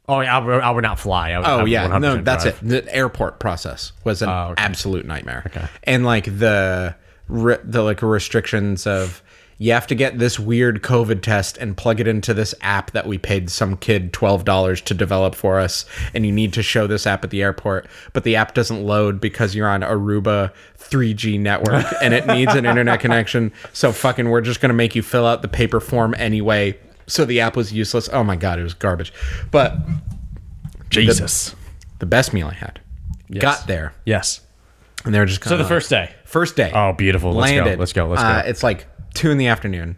Oh, yeah, I, would- I would not fly. I would,
Oh yeah, no, that's it. The airport process was an absolute nightmare. Okay, and like the re- the like restrictions of you have to get this weird COVID test and plug it into this app that we paid some kid twelve dollars to develop for us, and you need to show this app at the airport, but the app doesn't load because you're on Aruba 3G network and it needs an internet connection. So fucking, we're just gonna make you fill out the paper form anyway. So the app was useless. Oh my god, it was garbage. But
Jesus.
the best meal I had. Got there,
Yes.
and they were just kind
So the first day.
first day.
Oh, beautiful. Let's go,
landed.
let's go, let's
Uh,
go.
it's like two in the afternoon.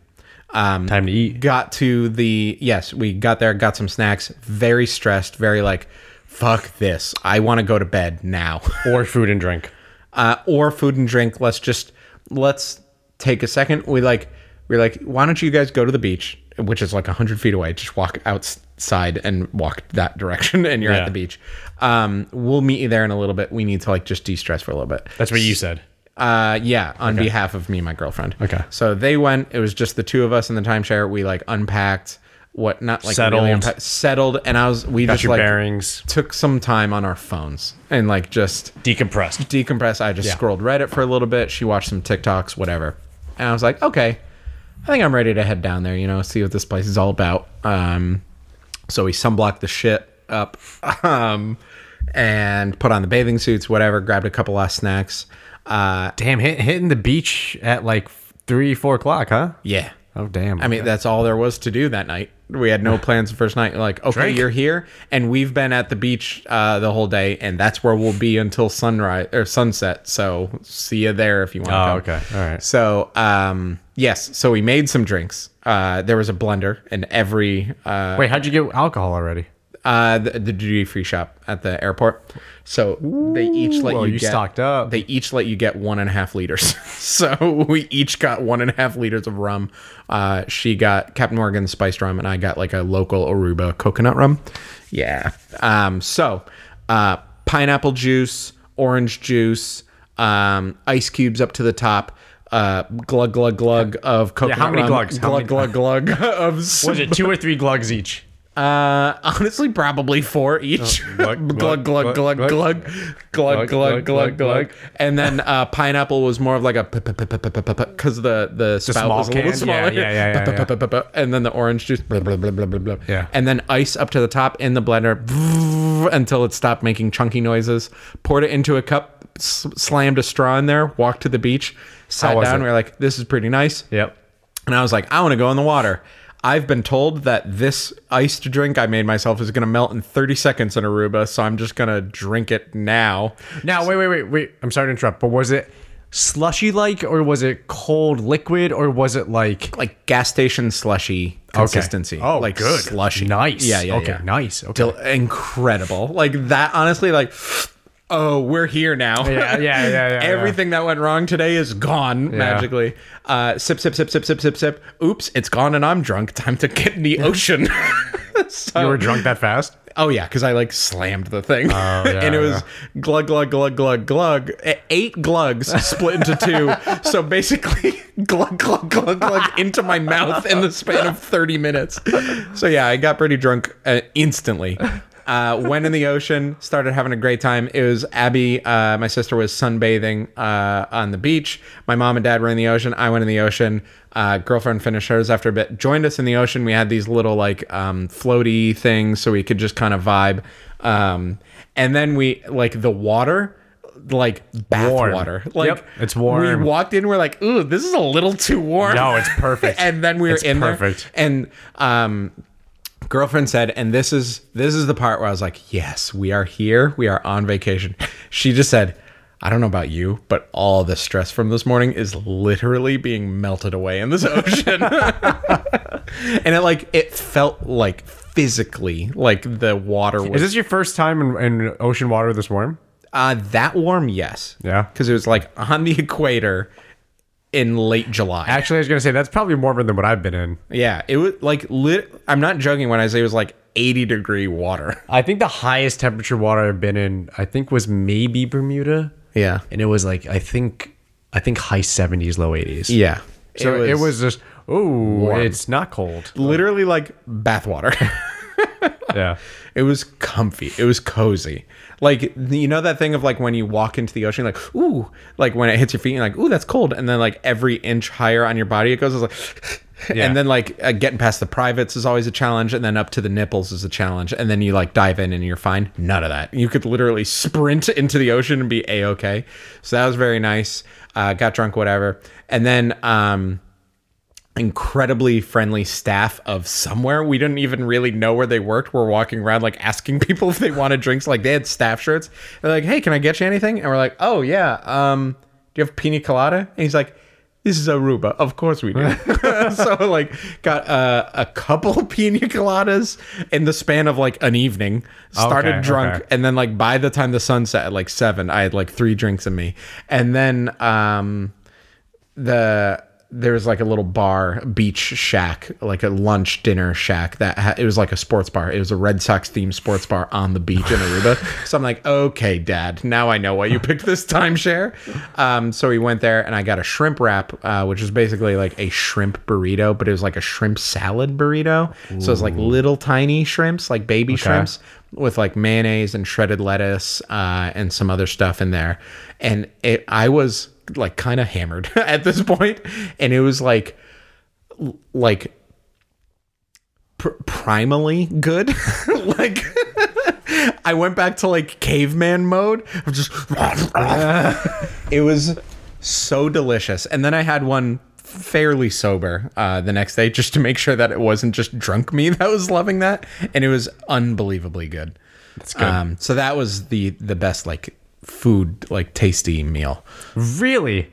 Um,
Time to eat.
got to the yes, we got there, got some snacks. Very stressed. Very like, fuck this. I want to go to bed now.
Or food and drink.
uh, or food and drink. Let's just let's take a second. We like we're like, why don't you guys go to the beach, which is like hundred feet away? Just walk outside and walk that direction, and you're at
Yeah.
the beach. Um, we'll meet you there in a little bit. We need to like just de stress for a little bit.
That's what you said.
Uh, yeah, on behalf of me and my girlfriend.
Okay.
So they went. It was just the two of us in the timeshare. We like unpacked what not like
Settled.
really unpacked, settled, and I was we just
your
like
bearings.
took some time on our phones and like just
Decompressed.
decompress. I just scrolled Reddit for a little bit. She watched some TikToks, whatever. And I was like, okay, I think I'm ready to head down there, you know, see what this place is all about. Um, so we sunblocked the shit up um, and put on the bathing suits, whatever, grabbed a couple last snacks. Uh,
Damn, hit, hitting the beach at like three, four o'clock, huh?
yeah.
Oh, damn.
I mean, that's all there was to do that night. We had no plans the first night. Like, okay,
Drink.
you're here, and we've been at the beach uh, the whole day, and that's where we'll be until sunrise or sunset. So, see you there if you want.
Oh,
to come.
okay. All right.
So, um, yes, so we made some drinks. Uh, there was a blender, and every uh,
Wait, how'd you get alcohol already?
uh, the, the duty free shop at the airport. So they each let
Ooh,
you,
you
get,
stocked up.
They each let you get one and a half liters. so we each got one and a half liters of rum. Uh, she got Captain Morgan spiced rum, and I got like a local Aruba coconut rum. Yeah. Um. So, uh, pineapple juice, orange juice, um, ice cubes up to the top. Uh, glug glug glug of coconut
many
rum,
glugs? How
Glug glug glug of
Was it two or three glugs each?
uh, honestly, probably four each.
glug,
glug, glug, glug, glug, glug, glug, glug, glug, glug. And then uh, pineapple was more of like a because the the spout
small
was a little
can? Yeah,
smaller.
yeah, yeah, yeah, yeah.
P- p- p- And then the orange juice, blah, blah, blah, blah, blah, blah.
Yeah.
And then ice up to the top in the blender until it stopped making chunky noises. Poured it into a cup, s- slammed a straw in there, walked to the beach, sat
was
down.
it?
We were like, this is pretty nice.
Yep.
And I was like, I want to go in the water. I've been told that this iced drink I made myself is going to melt in 30 seconds in Aruba, so I'm just going to drink it now.
Now, wait, wait, wait, wait. I'm sorry to interrupt, but was it slushy like, or was it cold liquid, or was it like
Like gas station slushy consistency.
Oh,
like
good.
Slushy.
Nice.
Yeah, yeah.
Okay,
yeah.
nice. Okay.
Del- incredible. Like that, honestly, like, oh, we're here now.
Yeah, yeah, yeah, yeah, yeah.
Everything that went wrong today is gone magically. Uh, sip, sip, sip, sip, sip, sip, sip. Oops, it's gone and I'm drunk. Time to get in the ocean. so,
you were drunk that fast?
Oh yeah, because I like slammed the thing,
Oh, yeah,
and it was glug glug glug glug glug. E- Eight glugs split into two, so basically glug glug glug glug into my mouth in the span of thirty minutes. So yeah, I got pretty drunk uh, instantly. Uh, went in the ocean, started having a great time. It was Abby, uh, my sister was sunbathing uh, on the beach. My mom and dad were in the ocean. I went in the ocean. Uh, girlfriend finished hers after a bit, joined us in the ocean. We had these little like um, floaty things so we could just kind of vibe. Um, and then we, like, the water. Like bath
Warm.
water, like
Yep, it's warm.
We walked in, we're like, "Ooh, this is a little too warm."
No, it's perfect.
and then we were
It's
in there,
perfect.
and um, girlfriend said, and this is this is the part where I was like, yes, we are here, we are on vacation. She just said, I don't know about you, but all the stress from this morning is literally being melted away in this ocean, and it like it felt like physically like the water was
Is this your first time in, in ocean water this warm?
uh, that warm, yes,
Yeah.
because it was like on the equator in late July.
Actually, I was gonna say that's probably warmer than what I've been in.
Yeah, it was like lit. I'm not joking when I say it was like 80 degree water.
I think the highest temperature water I've been in, I think, was maybe Bermuda.
Yeah,
and it was like I think I think high seventies, low eighties.
yeah.
So it was, just oh, it's not cold.
literally like bathwater.
Yeah,
it was comfy. It was cozy. Like you know that thing of like when you walk into the ocean, like ooh, like when it hits your feet, you're like ooh, that's cold, and then like every inch higher on your body it goes. It's like,
Yeah.
and then like uh, getting past the privates is always a challenge, and then up to the nipples is a challenge, and then you like dive in and you're fine. None of that. You could literally sprint into the ocean and be a okay. So that was very nice. Uh, got drunk, whatever, and then um incredibly friendly staff of somewhere. We didn't even really know where they worked. We're walking around like asking people if they wanted drinks. Like they had staff shirts. They're like, "Hey, can I get you anything?" And we're like, "Oh yeah. Um, do you have pina colada?" And he's like. This is Aruba. Of course we do. so like got uh, a couple pina coladas in the span of like an evening. Started
Okay,
drunk
okay.
and then like by the time the sun set at like 7, I had like 3 drinks in me. And then um the there was like a little bar beach shack like a lunch dinner shack that ha- it was like a sports bar it was a red sox themed sports bar on the beach in aruba so i'm like okay dad now i know why you picked this timeshare um, so we went there and i got a shrimp wrap uh, which is basically like a shrimp burrito but it was like a shrimp salad burrito so it's like little tiny shrimps like baby shrimps with like mayonnaise and shredded lettuce uh, and some other stuff in there and it i was like kind of hammered at this point and it was like l- like pr- primally good like i went back to like caveman mode i'm just it was so delicious and then i had one fairly sober uh, the next day just to make sure that it wasn't just drunk me that was loving that and it was unbelievably good that's good um, so that was the the best like food like tasty meal
really.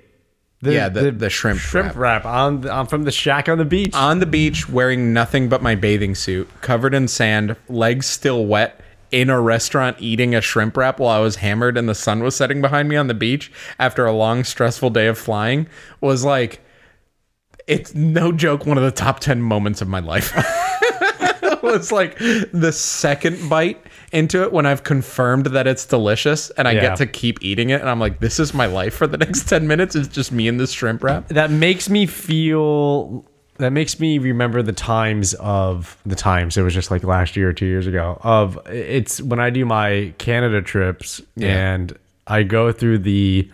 The,
yeah, the, the, shrimp,
shrimp
wrap.
wrap, on, the, on from the shack on the beach.
On the beach, wearing nothing but my bathing suit, covered in sand, legs still wet, in a restaurant eating a shrimp wrap while I was hammered and the sun was setting behind me on the beach after a long, stressful day of flying was like, it's no joke, one of the top 10 moments of my life. was like the second bite into it when I've confirmed that it's delicious and I
Yeah.
get to keep eating it. And I'm like, this is my life for the next 10 minutes. It's just me and this shrimp wrap.
that makes me feel. That makes me remember the times of the times. It was just like last year or two years ago. Of it's when I do my Canada trips and I go through the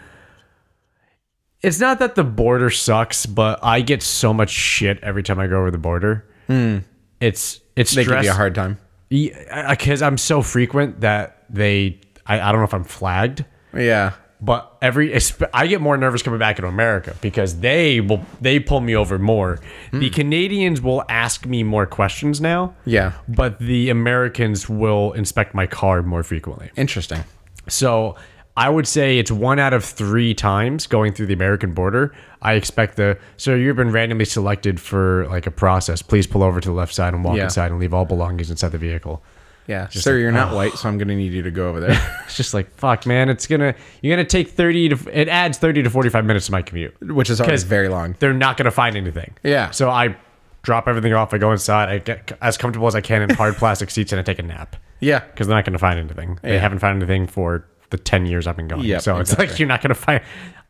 it's not that the border sucks, but I get so much shit every time I go over the border. It's it's
Hmm. They give
stress
you a hard time.
because I'm so frequent that they I, I don't know if I'm flagged,
Yeah.
but every esp- I get more nervous coming back into America because they will they pull me over more. The Canadians will ask me more questions now.
Hmm. Yeah.
But the Americans will inspect my car more frequently.
Interesting.
So I would say it's one out of three times going through the American border. I expect the so you've been randomly selected for like a process. Please pull over to the left side and walk
Yeah.
inside and leave all belongings inside the vehicle.
Yeah. Sir, you're not white, so I'm going to need you to go over there,
It's just like fuck, man. It's gonna you're gonna take thirty to it adds thirty to forty five minutes to my commute.
which is always
'Cause
very long.
They're not gonna find anything.
Yeah.
So I drop everything off. I go inside. I get as comfortable as I can in hard plastic seats and I take a nap
Yeah.
because they're not gonna find anything. They
Yeah.
haven't found anything for the ten years I've been going.
Yep,
so it's like
exactly.
you're not gonna find.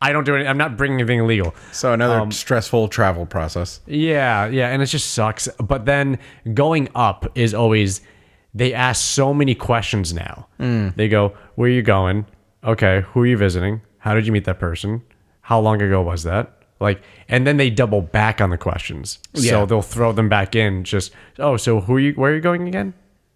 I don't do it. I'm not bringing anything illegal.
So another stressful travel process.
Yeah, yeah, and it just sucks. But then going up is always they ask so many questions now.
Hmm.
They go, "Where are you going? Okay, who are you visiting? How did you meet that person? How long ago was that?" Like, and then they double back on the questions.
Yeah.
So they'll throw them back in. Just, oh, so who are you? Where are you going again?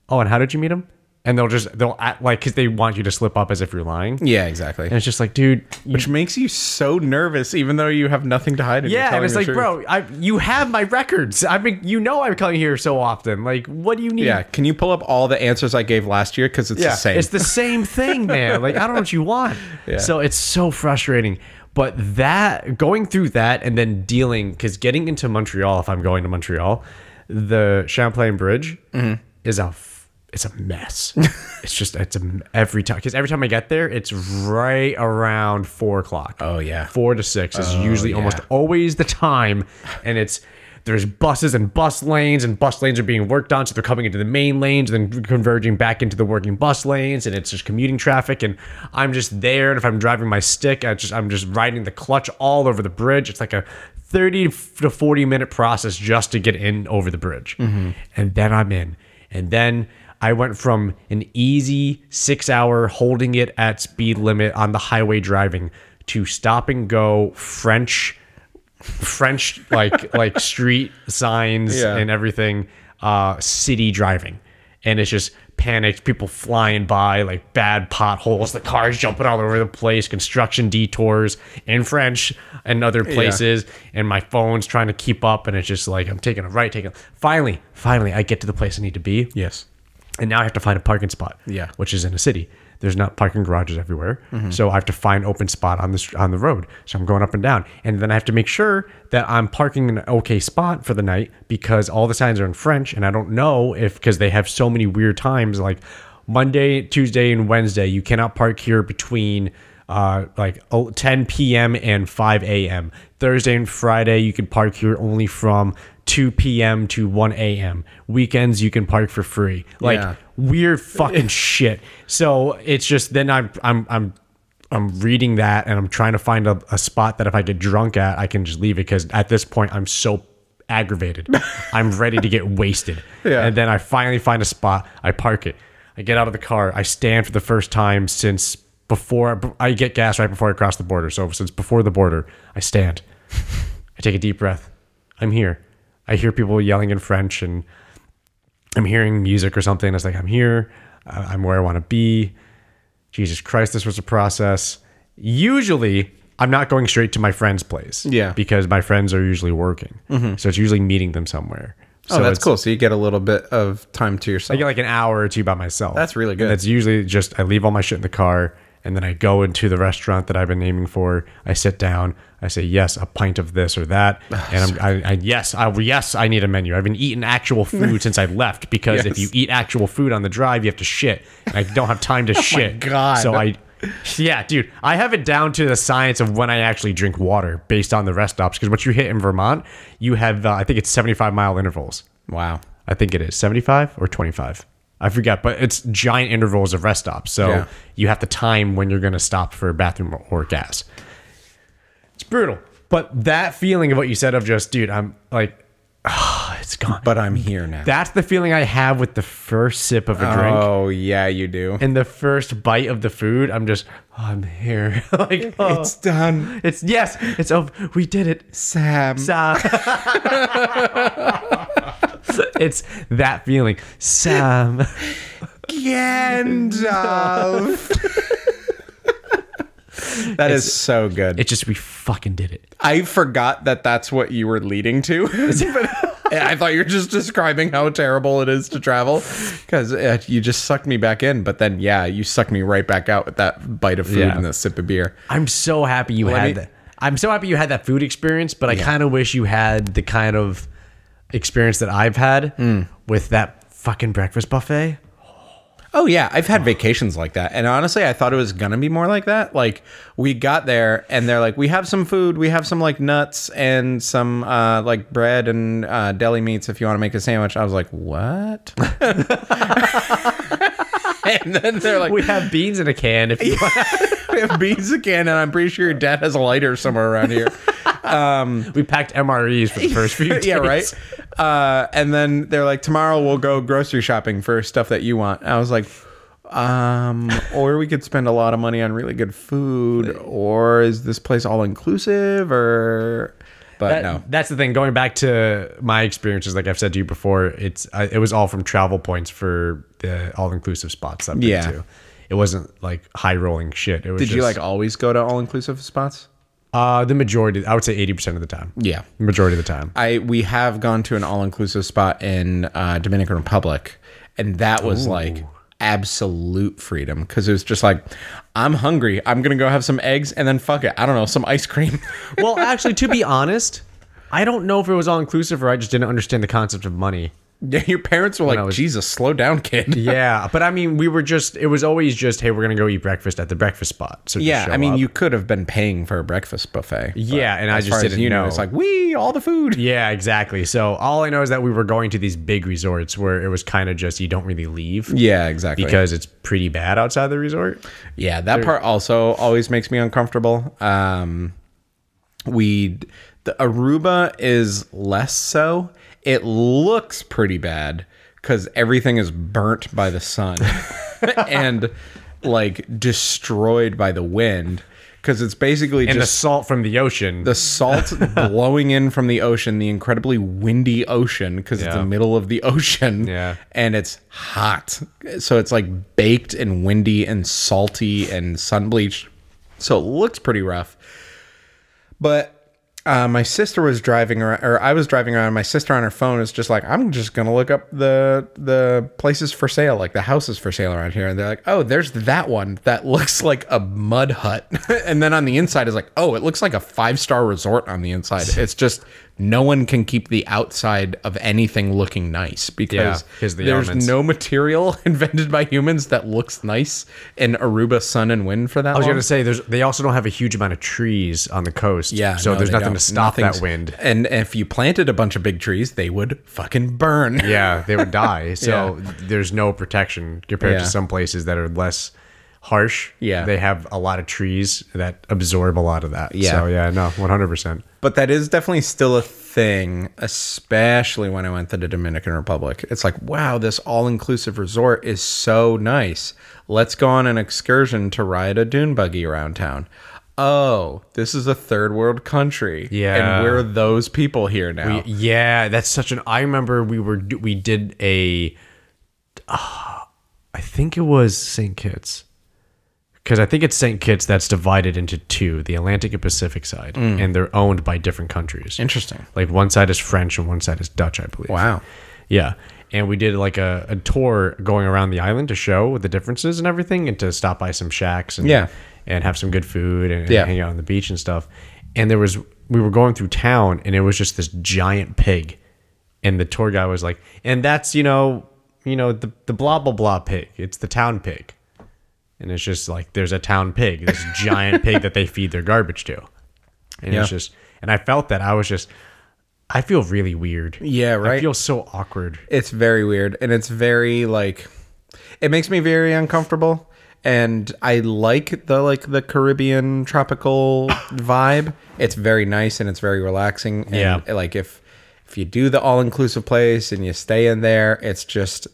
Oh, and how did you meet him? And they'll just they'll act like because they want you to slip up as if you're lying.
Yeah, exactly.
And it's just like, dude,
Which makes you so nervous, even though you have nothing to hide. And you're
yeah,
telling
and it's
the
like,
truth.
bro, I you have my records. I mean, you know, I'm coming here so often. Like, what do you need?
Yeah, can you pull up all the answers I gave last year? Because it's the same.
It's the same thing, man. Like, I don't know what you want.
Yeah.
So it's so frustrating. But that going through that and then dealing because getting into Montreal, if I'm going to Montreal, the Champlain Bridge
Mm-hmm.
is a f- it's a mess. it's just it's a m every time because every time I get there, it's right around four o'clock.
Oh, yeah.
four to six is usually almost always the time, and it's. There's buses and bus lanes, and bus lanes are being worked on, so they're coming into the main lanes, and then converging back into the working bus lanes, and it's just commuting traffic. And I'm just there, and if I'm driving my stick, I just I'm just riding the clutch all over the bridge. It's like a 30 to 40 minute process just to get in over the bridge, and then I'm in, and then I went from an easy six hour holding it at speed limit on the highway driving to stop and go French, French like like street signs
Yeah.
and everything, uh, city driving, and it's just panicked people flying by like bad potholes, the cars jumping all over the place, construction detours in French and other places, and my phone's trying to keep up, and it's just like I'm taking a right, taking a, finally, finally, I get to the place I need to be
yes.
and now I have to find a parking spot.
Yeah.
which is in a city. There's not parking garages everywhere, so I have to find open spot on the str- on the road. So I'm going up and down, and then I have to make sure that I'm parking in an okay spot for the night because all the signs are in French, and I don't know if because they have so many weird times like Monday, Tuesday, and Wednesday. You cannot park here between uh, like oh, 10 p.m. and 5 a.m. Thursday and Friday, you can park here only from 2 p.m. to 1 a.m. Weekends, you can park for free. Like
Yeah.
weird fucking shit. So it's just then I'm I'm I'm I'm reading that and I'm trying to find a, a spot that if I get drunk at, I can just leave it because at this point I'm so aggravated. I'm ready to get wasted.
Yeah.
And then I finally find a spot. I park it. I get out of the car. I stand for the first time since before I get gas right before I cross the border. So since before the border, I stand. I take a deep breath. I'm here. I hear people yelling in French and I'm hearing music or something. It's like, I'm here. I- I'm where I want to be. Jesus Christ, this was a process. Usually, I'm not going straight to my friend's place.
Yeah. Mm-hmm.
Because my friends are usually working. So it's usually meeting them somewhere.
Oh,
so
that's
it's-
cool. So you get a little bit of time to yourself.
I get like an hour or two by myself.
That's really good.
And that's usually just I leave all my shit in the car and then I go into the restaurant that I've been aiming for. I sit down. I say yes, a pint of this or that,
Oh,
and I'm, I, I yes, I yes, I need a menu. I haven't eaten actual food since I left because if
Yes.
you eat actual food on the drive, you have to shit. And I don't have time to shit.
Oh God.
So I. Yeah, dude, I have it down to the science of when I actually drink water based on the rest stops. Because what you hit in Vermont, you have, uh, I think it's 75 mile intervals.
wow.
I think it is 75 or 25. I forget, but it's giant intervals of rest stops. So
Yeah.
you have to time when you're going to stop for a bathroom or, or gas. It's brutal. But that feeling of what you said of just, dude, I'm like, it's gone.
But I'm here now.
That's the feeling I have with the first sip of a drink.
oh yeah, you do.
And the first bite of the food, I'm just, oh, I'm here. like, oh, it's,
done,
yes, it's over. We did it.
Sam.
Sam. it's that feeling. Sam.
Gandalf. that is so good.
It's just we fucking did it.
I forgot that that's what you were leading to. But I thought you were just describing how terrible it is to travel because uh, you just sucked me back in. But then, yeah, you sucked me right back out with that bite of food
Yeah.
and the sip of beer.
I'm so happy you had
me-
that. I'm so happy you had that food experience, but I kind of wish you had the kind of experience that I've had with that fucking breakfast buffet.
Oh yeah, I've had vacations like that. And honestly, I thought it was gonna be more like that. Like we got there and they're like, "We have some food, we have some like nuts and some uh like bread and uh deli meats if you want to make a sandwich." I was like, "What?" and then they're like,
We have beans in a can. If you want.
"We have beans again." And I'm pretty sure your dad has a lighter somewhere around here.
we packed MREs for the first few days.
yeah, right. Uh, and then they're like, tomorrow we'll go grocery shopping for stuff that you want. And I was like, um, or we could spend a lot of money on really good food, or is this place all inclusive? Or, but
That-
no,
That's the thing. Going back to my experiences, like I've said to you before, it's I, it was all from travel points for the all inclusive spots. I've been
Yeah.
to. It wasn't like high rolling shit. It was
did you
just-
like always go to all inclusive spots?
uh, the majority? I would say eighty percent of the time.
Yeah.
majority of the time.
I we have gone to an all inclusive spot in uh, Dominican Republic, and that was like absolute freedom because it was just like, I'm hungry. I'm gonna go have some eggs and then fuck it. I don't know some ice cream.
well, actually, to be honest, I don't know if it was all inclusive or I just didn't understand the concept of money.
yeah, your parents were like,
I was-
Jesus, slow down, kid.
Yeah, but I mean, we were just. It was always just, hey, we're gonna go eat breakfast at the breakfast spot. So just
Yeah,
show
I mean,
up.
you could have been paying for a breakfast buffet. but
Yeah, and I
as
just
far as
didn't
you know.
know.
It's like, we all the food.
Yeah, exactly. So all I know is that we were going to these big resorts where it was kind of just you don't really leave
Yeah, exactly.
because it's pretty bad outside the resort.
Yeah, that part also always makes me uncomfortable. Um, we the Aruba is less so. It looks pretty bad because everything is burnt by the sun and like destroyed by the wind because it's basically
And the
just
salt from the ocean.
the salt blowing in from the ocean, the incredibly windy ocean because it's
Yeah.
the middle of the ocean.
Yeah.
And it's hot. So it's like baked and windy and salty and sun bleached. So it looks pretty rough. But uh, my sister was driving around, or I was driving around. and My sister on her phone is just like, "I'm just gonna look up the the places for sale, like the houses for sale around here." And they're like, "Oh, there's that one that looks like a mud hut," and then on the inside is like, "Oh, it looks like a five star resort on the inside." It's just no one can keep the outside of anything looking nice because
'cause the
there's
elements.
no material invented by humans that looks nice in Aruba sun and wind for that.
I was gonna say there's they also don't have a huge amount of trees on the coast.
Yeah.
so
no,
there's
they
nothing
don't.
to stop
Nothing's-
that wind.
And if you planted a bunch of big trees, they would fucking burn.
Yeah, they would die. So there's no protection compared
Yeah.
to some places that are less harsh.
Yeah.
they have a lot of trees that absorb a lot of that.
Yeah.
so yeah, no, 100. percent
But that is definitely still a thing, especially when I went to the Dominican Republic. It's like, wow, this all inclusive resort is so nice. Let's go on an excursion to ride a dune buggy around town. Oh, this is a third world country.
Yeah.
And we're those people here now.
Yeah, that's such an. I remember we were we did a, uh, I think it was St. Kitts, because I think it's St. Kitts that's divided into two, the Atlantic and Pacific side, and they're owned by different countries.
Interesting.
Like one side is French and one side is Dutch, I believe.
Wow.
Yeah. And we did like a, a tour going around the island to show what the differences and everything and to stop by some shacks and
Yeah.
and have some good food and, and
Yeah.
hang out on the beach and stuff. And there was we were going through town and it was just this giant pig. And the tour guy was like, and that's, you know, you know, the, the blah blah blah pig. It's the town pig. And it's just like there's a town pig, this giant pig that they feed their garbage to. And it's
Yeah.
just and I felt that I was just I feel really weird.
Yeah, right?
I feel so awkward.
It's very weird and it's very like it makes me very uncomfortable and I like the like the Caribbean tropical vibe. It's very nice and it's very relaxing and
Yeah.
like if if you do the all-inclusive place and you stay in there, it's just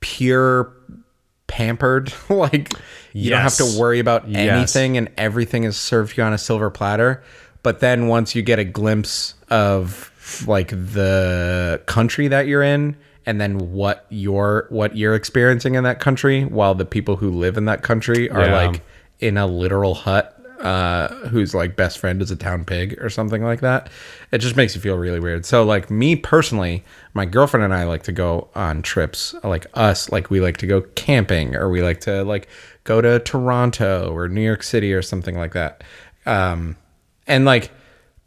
pure pampered like you don't have
Yes.
to worry about
Yes.
anything and everything is served to you on a silver platter. But then once you get a glimpse of like the country that you're in and then what you're what you're experiencing in that country while the people who live in that country are
Yeah.
like in a literal hut uh whose like best friend is a town pig or something like that it just makes you feel really weird so like me personally my girlfriend and i like to go on trips like us like we like to go camping or we like to like go to toronto or new york city or something like that um and like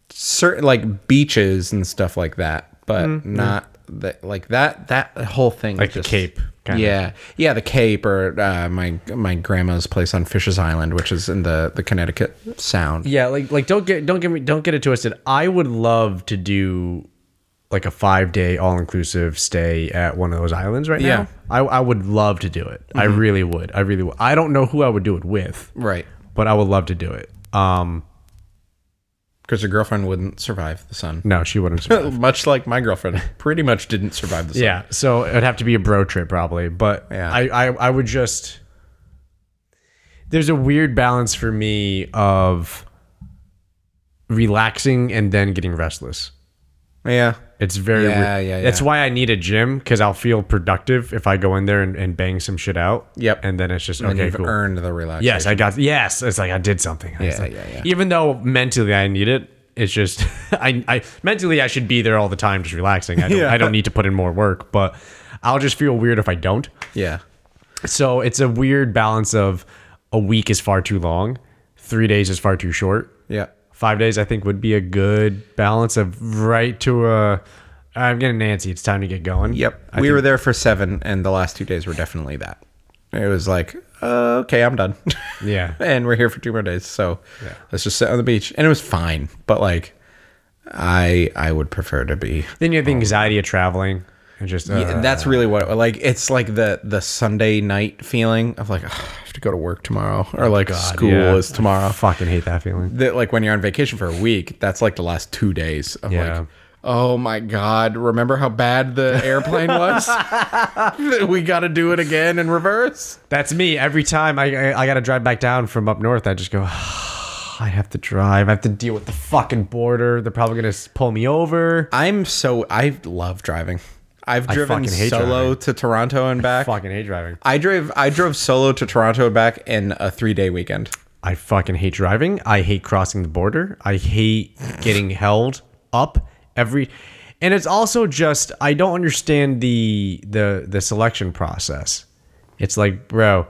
certain like beaches and stuff like that but not that like that that whole thing
Like the Cape, kind of.
yeah, yeah, the Cape or uh, my my grandma's place on Fish's Island, which is in the the Connecticut Sound.
Yeah, like like don't get don't get me don't get it twisted. I would love to do like a five day all inclusive stay at one of those islands right
Yeah.
now. I I would love to do it. I really would. I really would. I don't know who I would do it with,
Right.
but I would love to do it. Um
because her girlfriend wouldn't survive the sun.
No, she wouldn't. survive.
Much like my girlfriend, pretty much didn't survive the sun.
yeah, so it would have to be a bro trip probably. But
Yeah.
I, I, I would just. There's a weird balance for me of relaxing and then getting restless.
yeah.
It's very
Yeah,
weird.
yeah,
That's
yeah.
why I need a gym because I'll feel productive if I go in there and, and bang some shit out.
Yep.
And then it's just
And
okay,
you've
cool.
earned the relaxation.
yes, I got yes. It's like I did something. Yeah,
yeah, yeah.
Even though mentally I need it, it's just I I mentally I should be there all the time just relaxing. I don't
Yeah.
I don't need to put in more work, but I'll just feel weird if I don't.
Yeah.
So it's a weird balance of a week is far too long, three days is far too short,
Yeah.
five days I think would be a good balance of right to a. I'm getting Nancy. It's time to get going.
Yep.
I
we
think-
were there for seven, and the last two days were definitely that. It was like, uh, okay, I'm done.
Yeah.
and we're here for two more days, so let's just sit on the beach. And it was fine, but like, I I would prefer to be.
Then you have the anxiety of traveling and just uh,
Yeah, that's really what like it's like the the Sunday night feeling of like "Ugh, I have to go to work tomorrow or like school
yeah.
is tomorrow.
I fucking hate that feeling.
That like when you're on vacation for a week, that's like the last two days of
Yeah.
like, oh my god, remember how bad the airplane was? we got to do it again in reverse.
That's me. Every time I I, I got to drive back down from up north, I just go. I have to drive. I have to deal with the fucking border. They're probably gonna s- pull me over.
I'm so I love driving. I've driven
fucking hate
solo
driving.
to Toronto and back.
fucking hate driving.
I drove I drove solo to Toronto and back in a three day weekend.
I fucking hate driving. I hate crossing the border. I hate getting held up every and it's also just I don't understand the the the selection process. It's like, bro,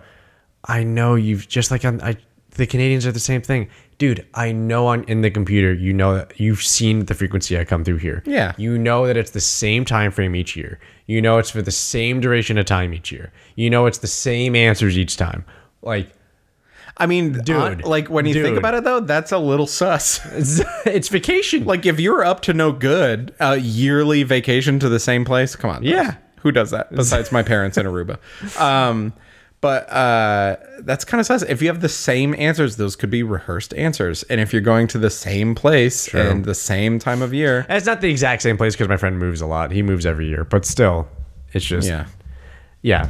I know you've just like on I the Canadians are the same thing. Dude, I know on in the computer, you know that you've seen the frequency I come through here.
Yeah.
You know that it's the same time frame each year. You know it's for the same duration of time each year. You know it's the same answers each time. Like
I mean, dude,
Dude.
like when you think
Dude.
about it though, that's a little sus.
it's, it's vacation.
like if you're up to no good, a yearly vacation to the same place. Come on,
Yeah.
who does that besides my parents in Aruba? Um, but uh, that's kind of sus. If you have the same answers, those could be rehearsed answers. And if you're going to the same place and the same time of year,
It's not the exact same place because my friend moves a lot. He moves every year, but still, it's just yeah.
yeah,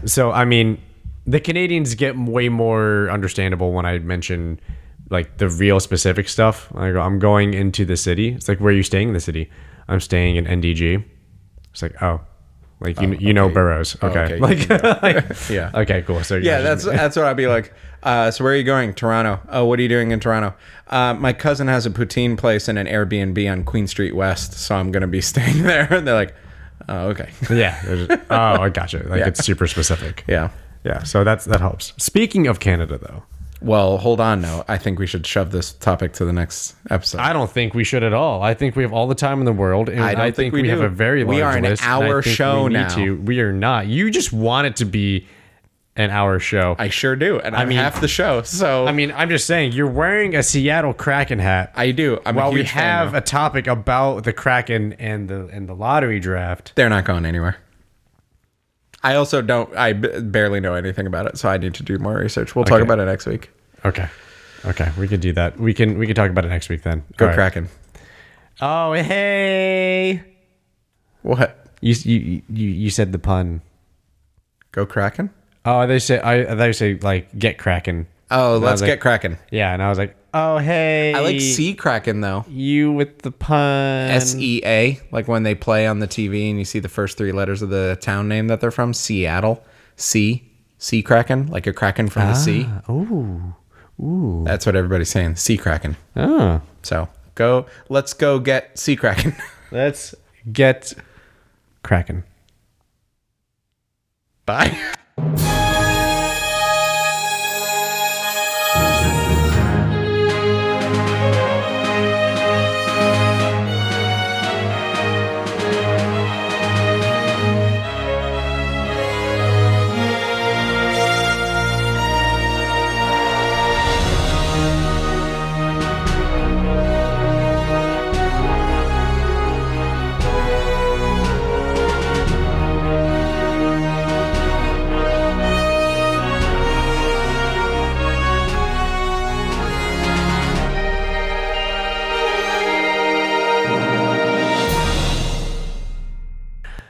So I mean, the Canadians get way more understandable when I mention like the real specific stuff. I go, I'm going into the city. It's like, where are you staying in the city? I'm staying in NDG. It's like, oh, like you, you know Burroughs, okay?
okay,
Like,
Yeah.
yeah, okay, cool. So
yeah, that's that's what I'd be like. Uh, so where are you going? Toronto. Oh, what are you doing in Toronto? Uh, my cousin has a poutine place and an Airbnb on Queen Street West, so I'm gonna be staying there. And they're like, oh, okay,
yeah. There's- Oh, I gotcha. Like it's super specific.
yeah.
Yeah. So that's that helps. Speaking of Canada, though.
Well, hold on. No, I think we should shove this topic to the next episode.
I don't think we should at all. I think we have all the time in the world, and I,
don't
think,
think we
we, have
do.
a very large
We are an
list, and I
hour
think we
show
need
now.
to- we are not. You just want it to be an hour show. I,
I sure do, and I'm
mean-
half the show. So I mean,
mean, I'm just saying, you're wearing a Seattle Kraken hat.
I do. I'm
while
a huge
we have
fan now.
a topic about the Kraken and the and the lottery draft,
they're not going anywhere. I also don't. I b- barely know anything about it, so I need to do more research. We'll talk
Okay.
about it next week.
okay, okay, we can do that. We can we can talk about it next week then.
Go
All right.
Kraken.
Oh hey,
What?
you you you you said the pun.
Go Kraken.
Oh, they say I they say like get Kraken.
Oh, let's
like-
get Kraken.
Yeah, and I was like, oh hey,
I like Sea Kraken though.
you with the pun.
S E A, like when they play on the TV and you see the first three letters of the town name that they're from, Seattle. C, Sea Kraken, like a kraken from the sea.
Ooh, ooh.
That's what everybody's saying. Sea Kraken.
Oh,
So go. Let's go get Sea Kraken.
let's get Kraken.
Bye.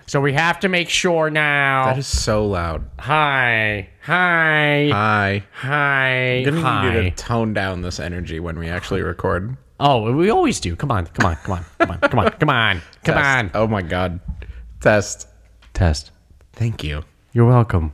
So we have to make sure now.
That is so loud.
hi, hi,
Hi.
hi,
I'm gonna
hi.
need you to tone down this energy when we actually record.
Oh, we always do. Come on, come on, come on, come on, come on, come on, come
Test.
on.
Oh my god. Test.
Test.
Thank you.
You're welcome.